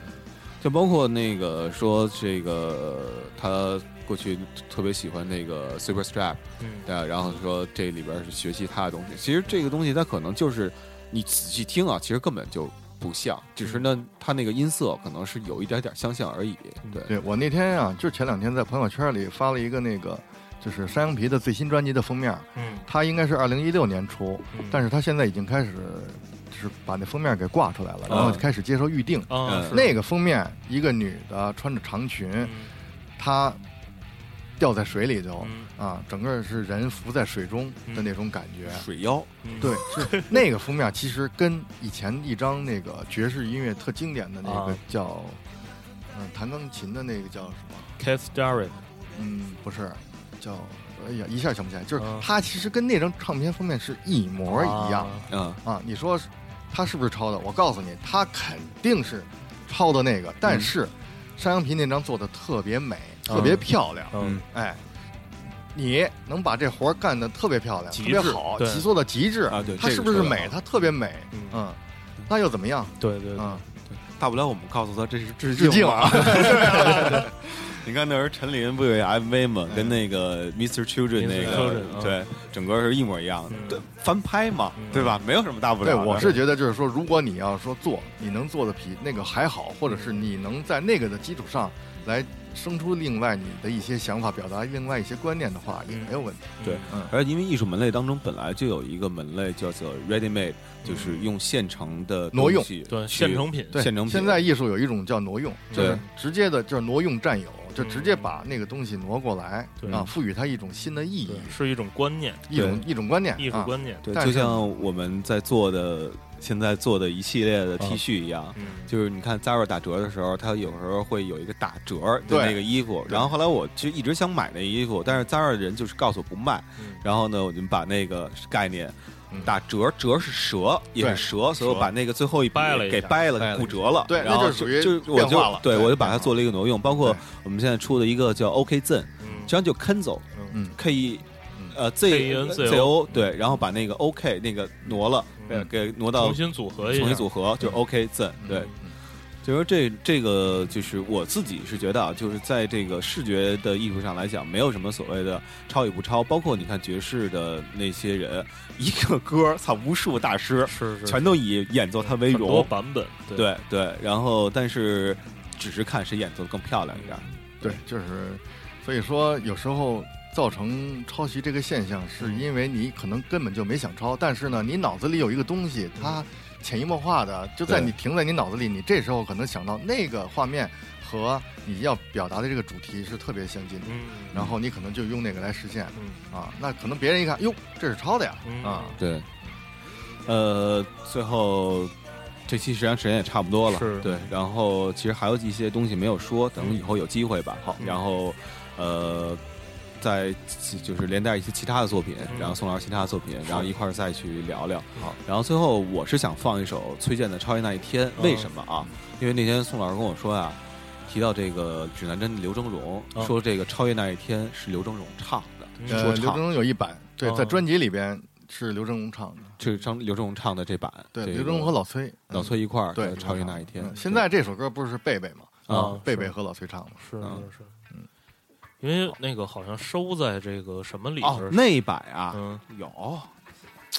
[SPEAKER 2] 就包括那个说这个呃他过去特别喜欢那个 Superstrap，
[SPEAKER 3] 嗯
[SPEAKER 2] 对，然后说这里边是学习他的东西，其实这个东西它可能就是你仔细听啊，其实根本就。不像，只是
[SPEAKER 4] 嗯
[SPEAKER 2] 呢，它那个音色可能是有一点点相像而已。对，
[SPEAKER 4] 对我那天啊，就前两天在朋友圈里发了一个那个，就是山羊皮的最新专辑的封面，
[SPEAKER 3] 嗯
[SPEAKER 4] 它应该是二零一六年出，
[SPEAKER 3] 嗯
[SPEAKER 4] 但是它现在已经开始就是把那封面给挂出来了，然后
[SPEAKER 2] 嗯
[SPEAKER 4] 开始接受预定。
[SPEAKER 3] 啊
[SPEAKER 2] 嗯
[SPEAKER 3] 是
[SPEAKER 4] 那个封面，一个女的穿着长裙，
[SPEAKER 3] 嗯
[SPEAKER 4] 她掉在水里
[SPEAKER 2] 哦
[SPEAKER 4] 就
[SPEAKER 3] 嗯
[SPEAKER 4] 啊，整个是人浮在水中的那种感觉。
[SPEAKER 2] 水妖，
[SPEAKER 3] 嗯
[SPEAKER 4] 对，是那个封面，其实跟以前一张那个爵士音乐特经典的那个
[SPEAKER 3] 啊
[SPEAKER 4] 叫，嗯、弹钢琴的那个叫什么？
[SPEAKER 3] ，Keith Jarrett，
[SPEAKER 4] 嗯，不是，叫，哎呀，一下想不起来。就是
[SPEAKER 3] 啊
[SPEAKER 4] 它其实跟那张唱片封面是一模一样
[SPEAKER 3] 啊
[SPEAKER 2] 嗯，
[SPEAKER 4] 啊你说它是不是抄的？我告诉你，它肯定是抄的那个，但是山羊皮那张做的特别美，特别
[SPEAKER 3] 嗯
[SPEAKER 4] 漂亮。
[SPEAKER 3] 嗯
[SPEAKER 4] 哎，你能把这活儿干得特别漂亮，特
[SPEAKER 3] 极
[SPEAKER 4] 别
[SPEAKER 3] 致
[SPEAKER 4] 好，
[SPEAKER 3] 对
[SPEAKER 4] 其做到极致
[SPEAKER 2] 啊对
[SPEAKER 4] 它
[SPEAKER 2] 这
[SPEAKER 4] 是
[SPEAKER 2] 个
[SPEAKER 4] 不是
[SPEAKER 2] 说得
[SPEAKER 4] 美？
[SPEAKER 2] 好
[SPEAKER 4] 它特别美，
[SPEAKER 3] 嗯
[SPEAKER 4] 嗯，那又怎么样？
[SPEAKER 3] 对对对
[SPEAKER 2] 啊
[SPEAKER 4] 嗯，
[SPEAKER 2] 大不了我们告诉他这是致
[SPEAKER 4] 致敬
[SPEAKER 2] 嘛。
[SPEAKER 4] 啊，
[SPEAKER 2] 你看那时候陈琳不有一 MV 吗？
[SPEAKER 4] 嗯
[SPEAKER 2] 跟那个 Mr. Children 那
[SPEAKER 3] Children，嗯
[SPEAKER 2] 个对，整个是一模一样的
[SPEAKER 3] 嗯，
[SPEAKER 2] 对，翻拍嘛
[SPEAKER 3] 嗯，
[SPEAKER 2] 对吧？没有什么大不了啊
[SPEAKER 4] 对，
[SPEAKER 2] 的。
[SPEAKER 4] 我是觉得就是说，如果你要说做，你能做的比那个还好，或者是你能在那个的基础上来生出另外你的一些想法，表达另外一些观念的话，也没有问题。
[SPEAKER 2] 对
[SPEAKER 4] 嗯
[SPEAKER 2] 而因为艺术门类当中本来就有一个门类叫做 ready made，就是用现成的
[SPEAKER 4] 嗯挪用
[SPEAKER 2] 东西
[SPEAKER 3] 对，
[SPEAKER 2] 去
[SPEAKER 3] 现成品，
[SPEAKER 4] 对，
[SPEAKER 2] 现成品
[SPEAKER 4] 现在艺术有一种叫挪用，
[SPEAKER 3] 嗯
[SPEAKER 4] 就是
[SPEAKER 2] 对
[SPEAKER 4] 直接的，就是挪用占有，就直接把那个东西挪过来
[SPEAKER 3] 对
[SPEAKER 4] 啊，赋予它一种新的意义
[SPEAKER 3] 对，是一种观念，
[SPEAKER 4] 一种一种观念，
[SPEAKER 3] 艺术
[SPEAKER 4] 啊
[SPEAKER 3] 观念，
[SPEAKER 2] 啊对，
[SPEAKER 4] 但
[SPEAKER 2] 就是像我们在做的现在做的一系列的 T 恤一样。
[SPEAKER 3] 嗯，
[SPEAKER 2] 就是你看 Zara 打折的时候，它有时候会有一个打折的
[SPEAKER 4] 对
[SPEAKER 2] 那个衣服，
[SPEAKER 4] 对
[SPEAKER 2] 然后后来我其实一直想买那衣服，但是 Zara 的人就是告诉我不卖，
[SPEAKER 3] 嗯
[SPEAKER 2] 然后呢，我就把那个概念
[SPEAKER 4] 嗯
[SPEAKER 2] 打折，折是折，也是
[SPEAKER 4] 对
[SPEAKER 2] 折，所以我把那个最后一笔
[SPEAKER 3] 掰了一下
[SPEAKER 2] 给掰
[SPEAKER 4] 掰了一
[SPEAKER 2] 了，
[SPEAKER 4] 下
[SPEAKER 2] 骨折了，
[SPEAKER 4] 对那
[SPEAKER 2] 然后
[SPEAKER 4] 就属于
[SPEAKER 2] 就我
[SPEAKER 4] 变化
[SPEAKER 2] 就
[SPEAKER 4] 了
[SPEAKER 2] 对
[SPEAKER 4] 对
[SPEAKER 2] 我就把它做了一个挪用，包括
[SPEAKER 4] 对
[SPEAKER 2] 我们现在出的一个叫 OK Zen，实
[SPEAKER 3] 嗯
[SPEAKER 2] 际上就 Kenzo
[SPEAKER 4] 嗯
[SPEAKER 2] K E
[SPEAKER 4] 嗯
[SPEAKER 2] 呃 Z
[SPEAKER 3] KENZO
[SPEAKER 2] O 对，然后把那个 OK 那个挪了，
[SPEAKER 3] 嗯
[SPEAKER 2] 呃给挪到
[SPEAKER 3] 重新组合一下，
[SPEAKER 2] 重新组合，就是 OK Zen
[SPEAKER 4] 嗯
[SPEAKER 2] 对。就说这这个就是我自己是觉得啊，就是在这个视觉的艺术上来讲，没有什么所谓的超与不超。包括你看爵士的那些人，一个歌儿，操，无数大师
[SPEAKER 3] 是是，
[SPEAKER 2] 全都以演奏它为
[SPEAKER 3] 很多
[SPEAKER 2] 荣，
[SPEAKER 3] 版本，对
[SPEAKER 2] 对对。然后，但是只是看谁演奏的更漂亮一点儿。
[SPEAKER 4] 对，就是，所以说有时候造成抄袭这个现象，
[SPEAKER 3] 嗯
[SPEAKER 4] 是因为你可能根本就没想抄，但是呢，你脑子里有一个东西，
[SPEAKER 3] 嗯
[SPEAKER 4] 它潜移默化的就在
[SPEAKER 2] 对
[SPEAKER 4] 你停在你脑子里，你这时候可能想到那个画面和你要表达的这个主题是特别相近的，
[SPEAKER 3] 嗯，嗯，
[SPEAKER 4] 然后你可能就用那个来实现
[SPEAKER 3] 嗯
[SPEAKER 4] 啊，那可能别人一看，哟，这是抄的呀，
[SPEAKER 2] 嗯
[SPEAKER 4] 啊，
[SPEAKER 2] 对，呃，最后这期实际上时间也差不多了，
[SPEAKER 3] 是
[SPEAKER 2] 对。然后其实还有一些东西没有说，等以后有机会吧。好
[SPEAKER 3] 嗯
[SPEAKER 2] 然后呃，再就是连带一些其他的作品，
[SPEAKER 3] 嗯
[SPEAKER 2] 然后宋老师其他的作品，然后一块儿再去聊聊。
[SPEAKER 3] 好，
[SPEAKER 2] 然后最后我是想放一首崔健的《超越那一天》，
[SPEAKER 3] 嗯
[SPEAKER 2] 为什么啊？因为那天宋老师跟我说啊。提到这个指南针刘峥嵘，
[SPEAKER 3] 嗯
[SPEAKER 2] 说这个《超越那一天》是刘峥嵘唱的，
[SPEAKER 3] 嗯
[SPEAKER 2] 说
[SPEAKER 4] 呃，刘
[SPEAKER 2] 唱
[SPEAKER 4] 峥有一版，对，
[SPEAKER 3] 哦
[SPEAKER 4] 在专辑里边是刘峥唱的，
[SPEAKER 2] 这是张刘峥嵘唱的这版。
[SPEAKER 4] 对，
[SPEAKER 2] 这
[SPEAKER 4] 刘
[SPEAKER 2] 个
[SPEAKER 4] 峥和老崔，
[SPEAKER 2] 老
[SPEAKER 4] 嗯
[SPEAKER 2] 崔一块儿
[SPEAKER 4] 对，
[SPEAKER 2] 超越那一天哦
[SPEAKER 4] 嗯。现在哦这首歌不是贝贝吗？
[SPEAKER 2] 对
[SPEAKER 3] 啊
[SPEAKER 4] 贝贝和老崔唱的。
[SPEAKER 3] 是
[SPEAKER 2] 嗯
[SPEAKER 3] 是是，因为那个好像收在这个什么里边
[SPEAKER 2] 哦，
[SPEAKER 3] 儿，
[SPEAKER 2] 那一版啊
[SPEAKER 3] 嗯，
[SPEAKER 2] 有，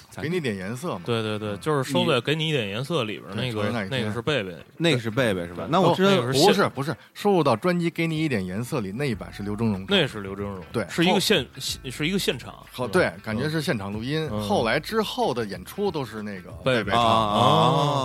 [SPEAKER 2] 咱
[SPEAKER 4] 给你点颜色嘛。
[SPEAKER 3] 对对对，就是收在给你一点颜色里边儿
[SPEAKER 4] 对
[SPEAKER 3] 那
[SPEAKER 4] 重
[SPEAKER 3] 个
[SPEAKER 4] 新来一遍
[SPEAKER 3] 那个是贝贝，
[SPEAKER 2] 那个是贝贝是吧
[SPEAKER 3] 对？
[SPEAKER 2] 那我知道
[SPEAKER 3] 那个是
[SPEAKER 4] 不
[SPEAKER 3] 现
[SPEAKER 4] 是不是，收入到专辑《给你一点颜色》里那一版是刘峥嵘唱的。
[SPEAKER 3] 那是刘峥嵘，
[SPEAKER 4] 对
[SPEAKER 3] 是一个现现是一个现场，是
[SPEAKER 4] 好，
[SPEAKER 3] 吧
[SPEAKER 4] 对，感觉是现场录音。
[SPEAKER 3] 嗯
[SPEAKER 4] 后来之后的演出都是那个
[SPEAKER 3] 贝贝
[SPEAKER 4] 贝
[SPEAKER 2] 啊
[SPEAKER 4] 唱
[SPEAKER 2] 啊，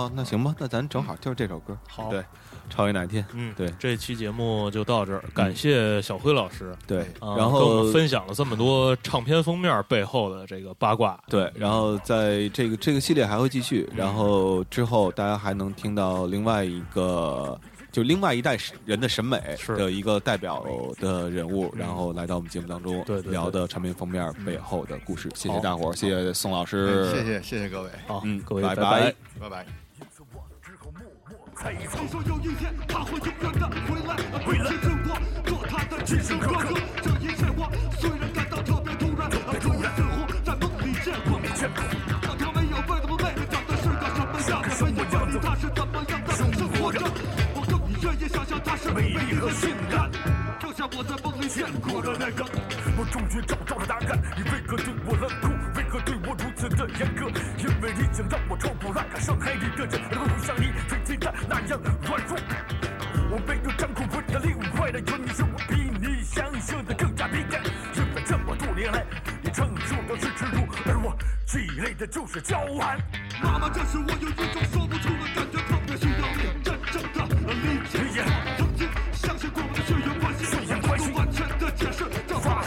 [SPEAKER 2] 啊那行吧，那咱正好就是这首歌，
[SPEAKER 3] 好
[SPEAKER 2] 对，超越那一天，
[SPEAKER 3] 嗯，
[SPEAKER 2] 对
[SPEAKER 3] 这期节目就到这儿，感谢小辉老师，
[SPEAKER 2] 对，
[SPEAKER 3] 啊
[SPEAKER 2] 然
[SPEAKER 3] 跟我
[SPEAKER 2] 后
[SPEAKER 3] 们分享了这么多唱片封面背后的这个八卦，
[SPEAKER 2] 对，然后在这个这个系列还会继续，然后之后大家还能听到另外一个。就另外一代人的审美
[SPEAKER 3] 是
[SPEAKER 2] 的一个代表的人物，
[SPEAKER 3] 嗯
[SPEAKER 2] 然后来到我们节目当中
[SPEAKER 3] 对对对嗯
[SPEAKER 2] 聊的唱片封面背后的故事。谢
[SPEAKER 3] 好
[SPEAKER 2] 谢大伙儿，谢谢宋老师，
[SPEAKER 4] 嗯谢，谢谢谢各位，
[SPEAKER 3] 好，
[SPEAKER 2] 嗯
[SPEAKER 3] 啊各位
[SPEAKER 2] 拜
[SPEAKER 3] 拜
[SPEAKER 2] 拜
[SPEAKER 4] 拜拜。
[SPEAKER 5] 听说有一天他会永远的回来，回来正我做他的亲生哥哥。这一切我虽然感到特别突然，这也似乎在梦里见过。那他没有为我妹妹长得是个什么样子，没有问题他是怎么样的生活着，我更愿意想象他是美丽和性感，就像我在梦里见过的那个。
[SPEAKER 6] 我终于找到了答案，你为何对我冷酷？为何对我如此的严格？因为你想让我臭不烂，伤害你的人，而不像你曾经的那样软弱。我没有张口，我的另外的有你是我比你想象的更加敏感。日本这么多年来，你承受的是耻辱，而我积累的就是骄傲。
[SPEAKER 5] 妈妈，这时我有一种说不出的感觉，特别需要你真正的理解。曾经相信过我的血缘关系，不能完全的解释这话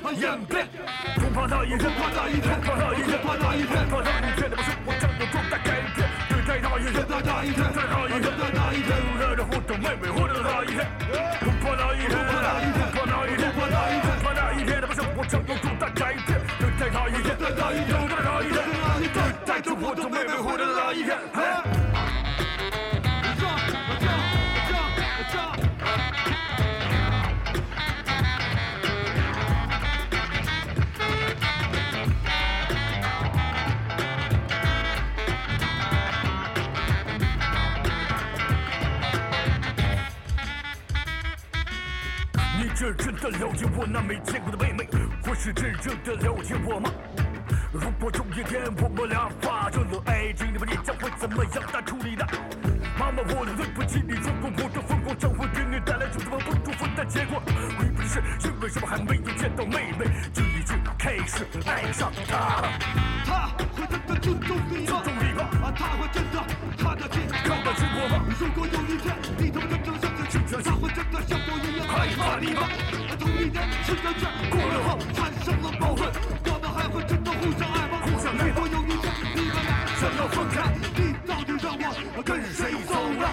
[SPEAKER 6] 恐怕那一天，怕那一天，怕那一天，怕那一天，怕那一天，你们生活战斗状态改变，对待那一天，在那一天，在那一天，在那一天，热着活着妹妹活着的那一天，恐怕那一天，怕那一天，怕那一天，怕那一天，怕那一天，你们生活战斗状态改变，对待那一天，在那一天，在那一天，对待着活着妹妹活着的那一天。嘿。你真正的了解我那没见过的妹妹，或是真正的了解我吗？如果有一天我们俩发生了爱情，你们你将会怎么样来处理呢？妈妈，我对不起你，如果我的疯狂将会给你带来什么不舒服的结果，会不会是因为什么还没有见到妹妹，就已经开始爱上她了？
[SPEAKER 5] 他会真的尊重你吗
[SPEAKER 6] 尊？重你吗？
[SPEAKER 5] 啊，他会真的看得起你
[SPEAKER 6] 看得起我吗？
[SPEAKER 5] 如果有一天你他妈真正像个青春，他会真的像我一样害怕你吗？同一天，是人间过了后产生了矛盾，我们还会真的互相爱吗？
[SPEAKER 6] 互相爱吗
[SPEAKER 5] 如果有一天你们俩
[SPEAKER 6] 想要分开，
[SPEAKER 5] 你到底让我跟
[SPEAKER 6] 跟
[SPEAKER 5] 谁
[SPEAKER 6] 谁
[SPEAKER 5] 走
[SPEAKER 6] 走
[SPEAKER 5] 呢
[SPEAKER 6] 了？？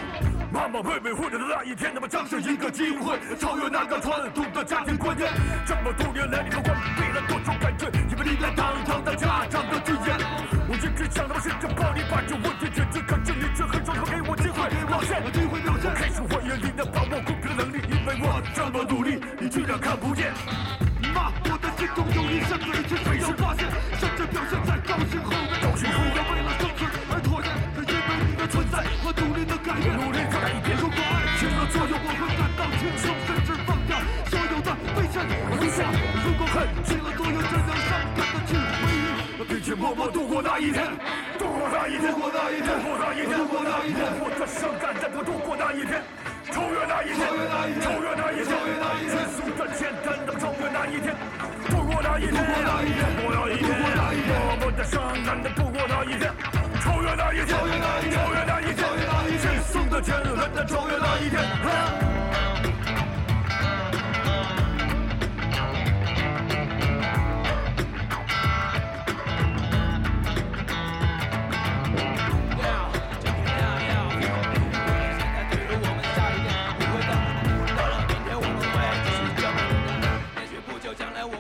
[SPEAKER 6] 妈妈妹妹或者那一天，他们将是一个机会，超越那个传统的家庭观念。这么多年来，你们关闭了多少改变？你们离开堂堂的家长的尊严。我一直想，他们试着帮你把这问题解决，可是你却很少说给我机会表现。
[SPEAKER 5] 我机会表现。
[SPEAKER 6] 开始怀疑你能把握公平的能力，因为我这么努力，你居然看不见。
[SPEAKER 5] 妈，我的心中有你，甚至一直没有发现，甚至表现在高兴后面。
[SPEAKER 6] 高兴后面
[SPEAKER 5] 我为了生存而拖延，可因为你的存在，我努力的改变。
[SPEAKER 6] 努力地改变
[SPEAKER 5] 如果爱情的作用，我会感到轻松，甚至放掉所有的危险。我一想，如果恨起了作用，只能伤感的去回忆，
[SPEAKER 6] 并且默默度过那一天，度过那一天，度过那一天，度过那一天，度过那一天，我的伤感让我度过那一天，超越那一天，超越那一天，超越那一天，世俗的简单的超越那一天，度过那一天，度过那一天，度过那一天，我们的伤感的度过那一天，超越那一天，超越那一天，超越那一天，超越那一天，世俗的简单的超越那一天。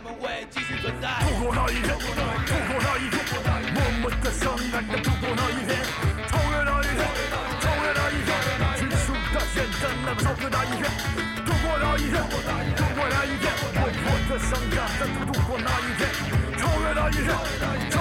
[SPEAKER 6] 度过那一天，度过那一天，我们的伤感的度过那一天，超越那一天，超越那一天，结束的简单的超越那一天，度过那一天，度过那一天，我们的伤感的度过那一天，超越那一天，超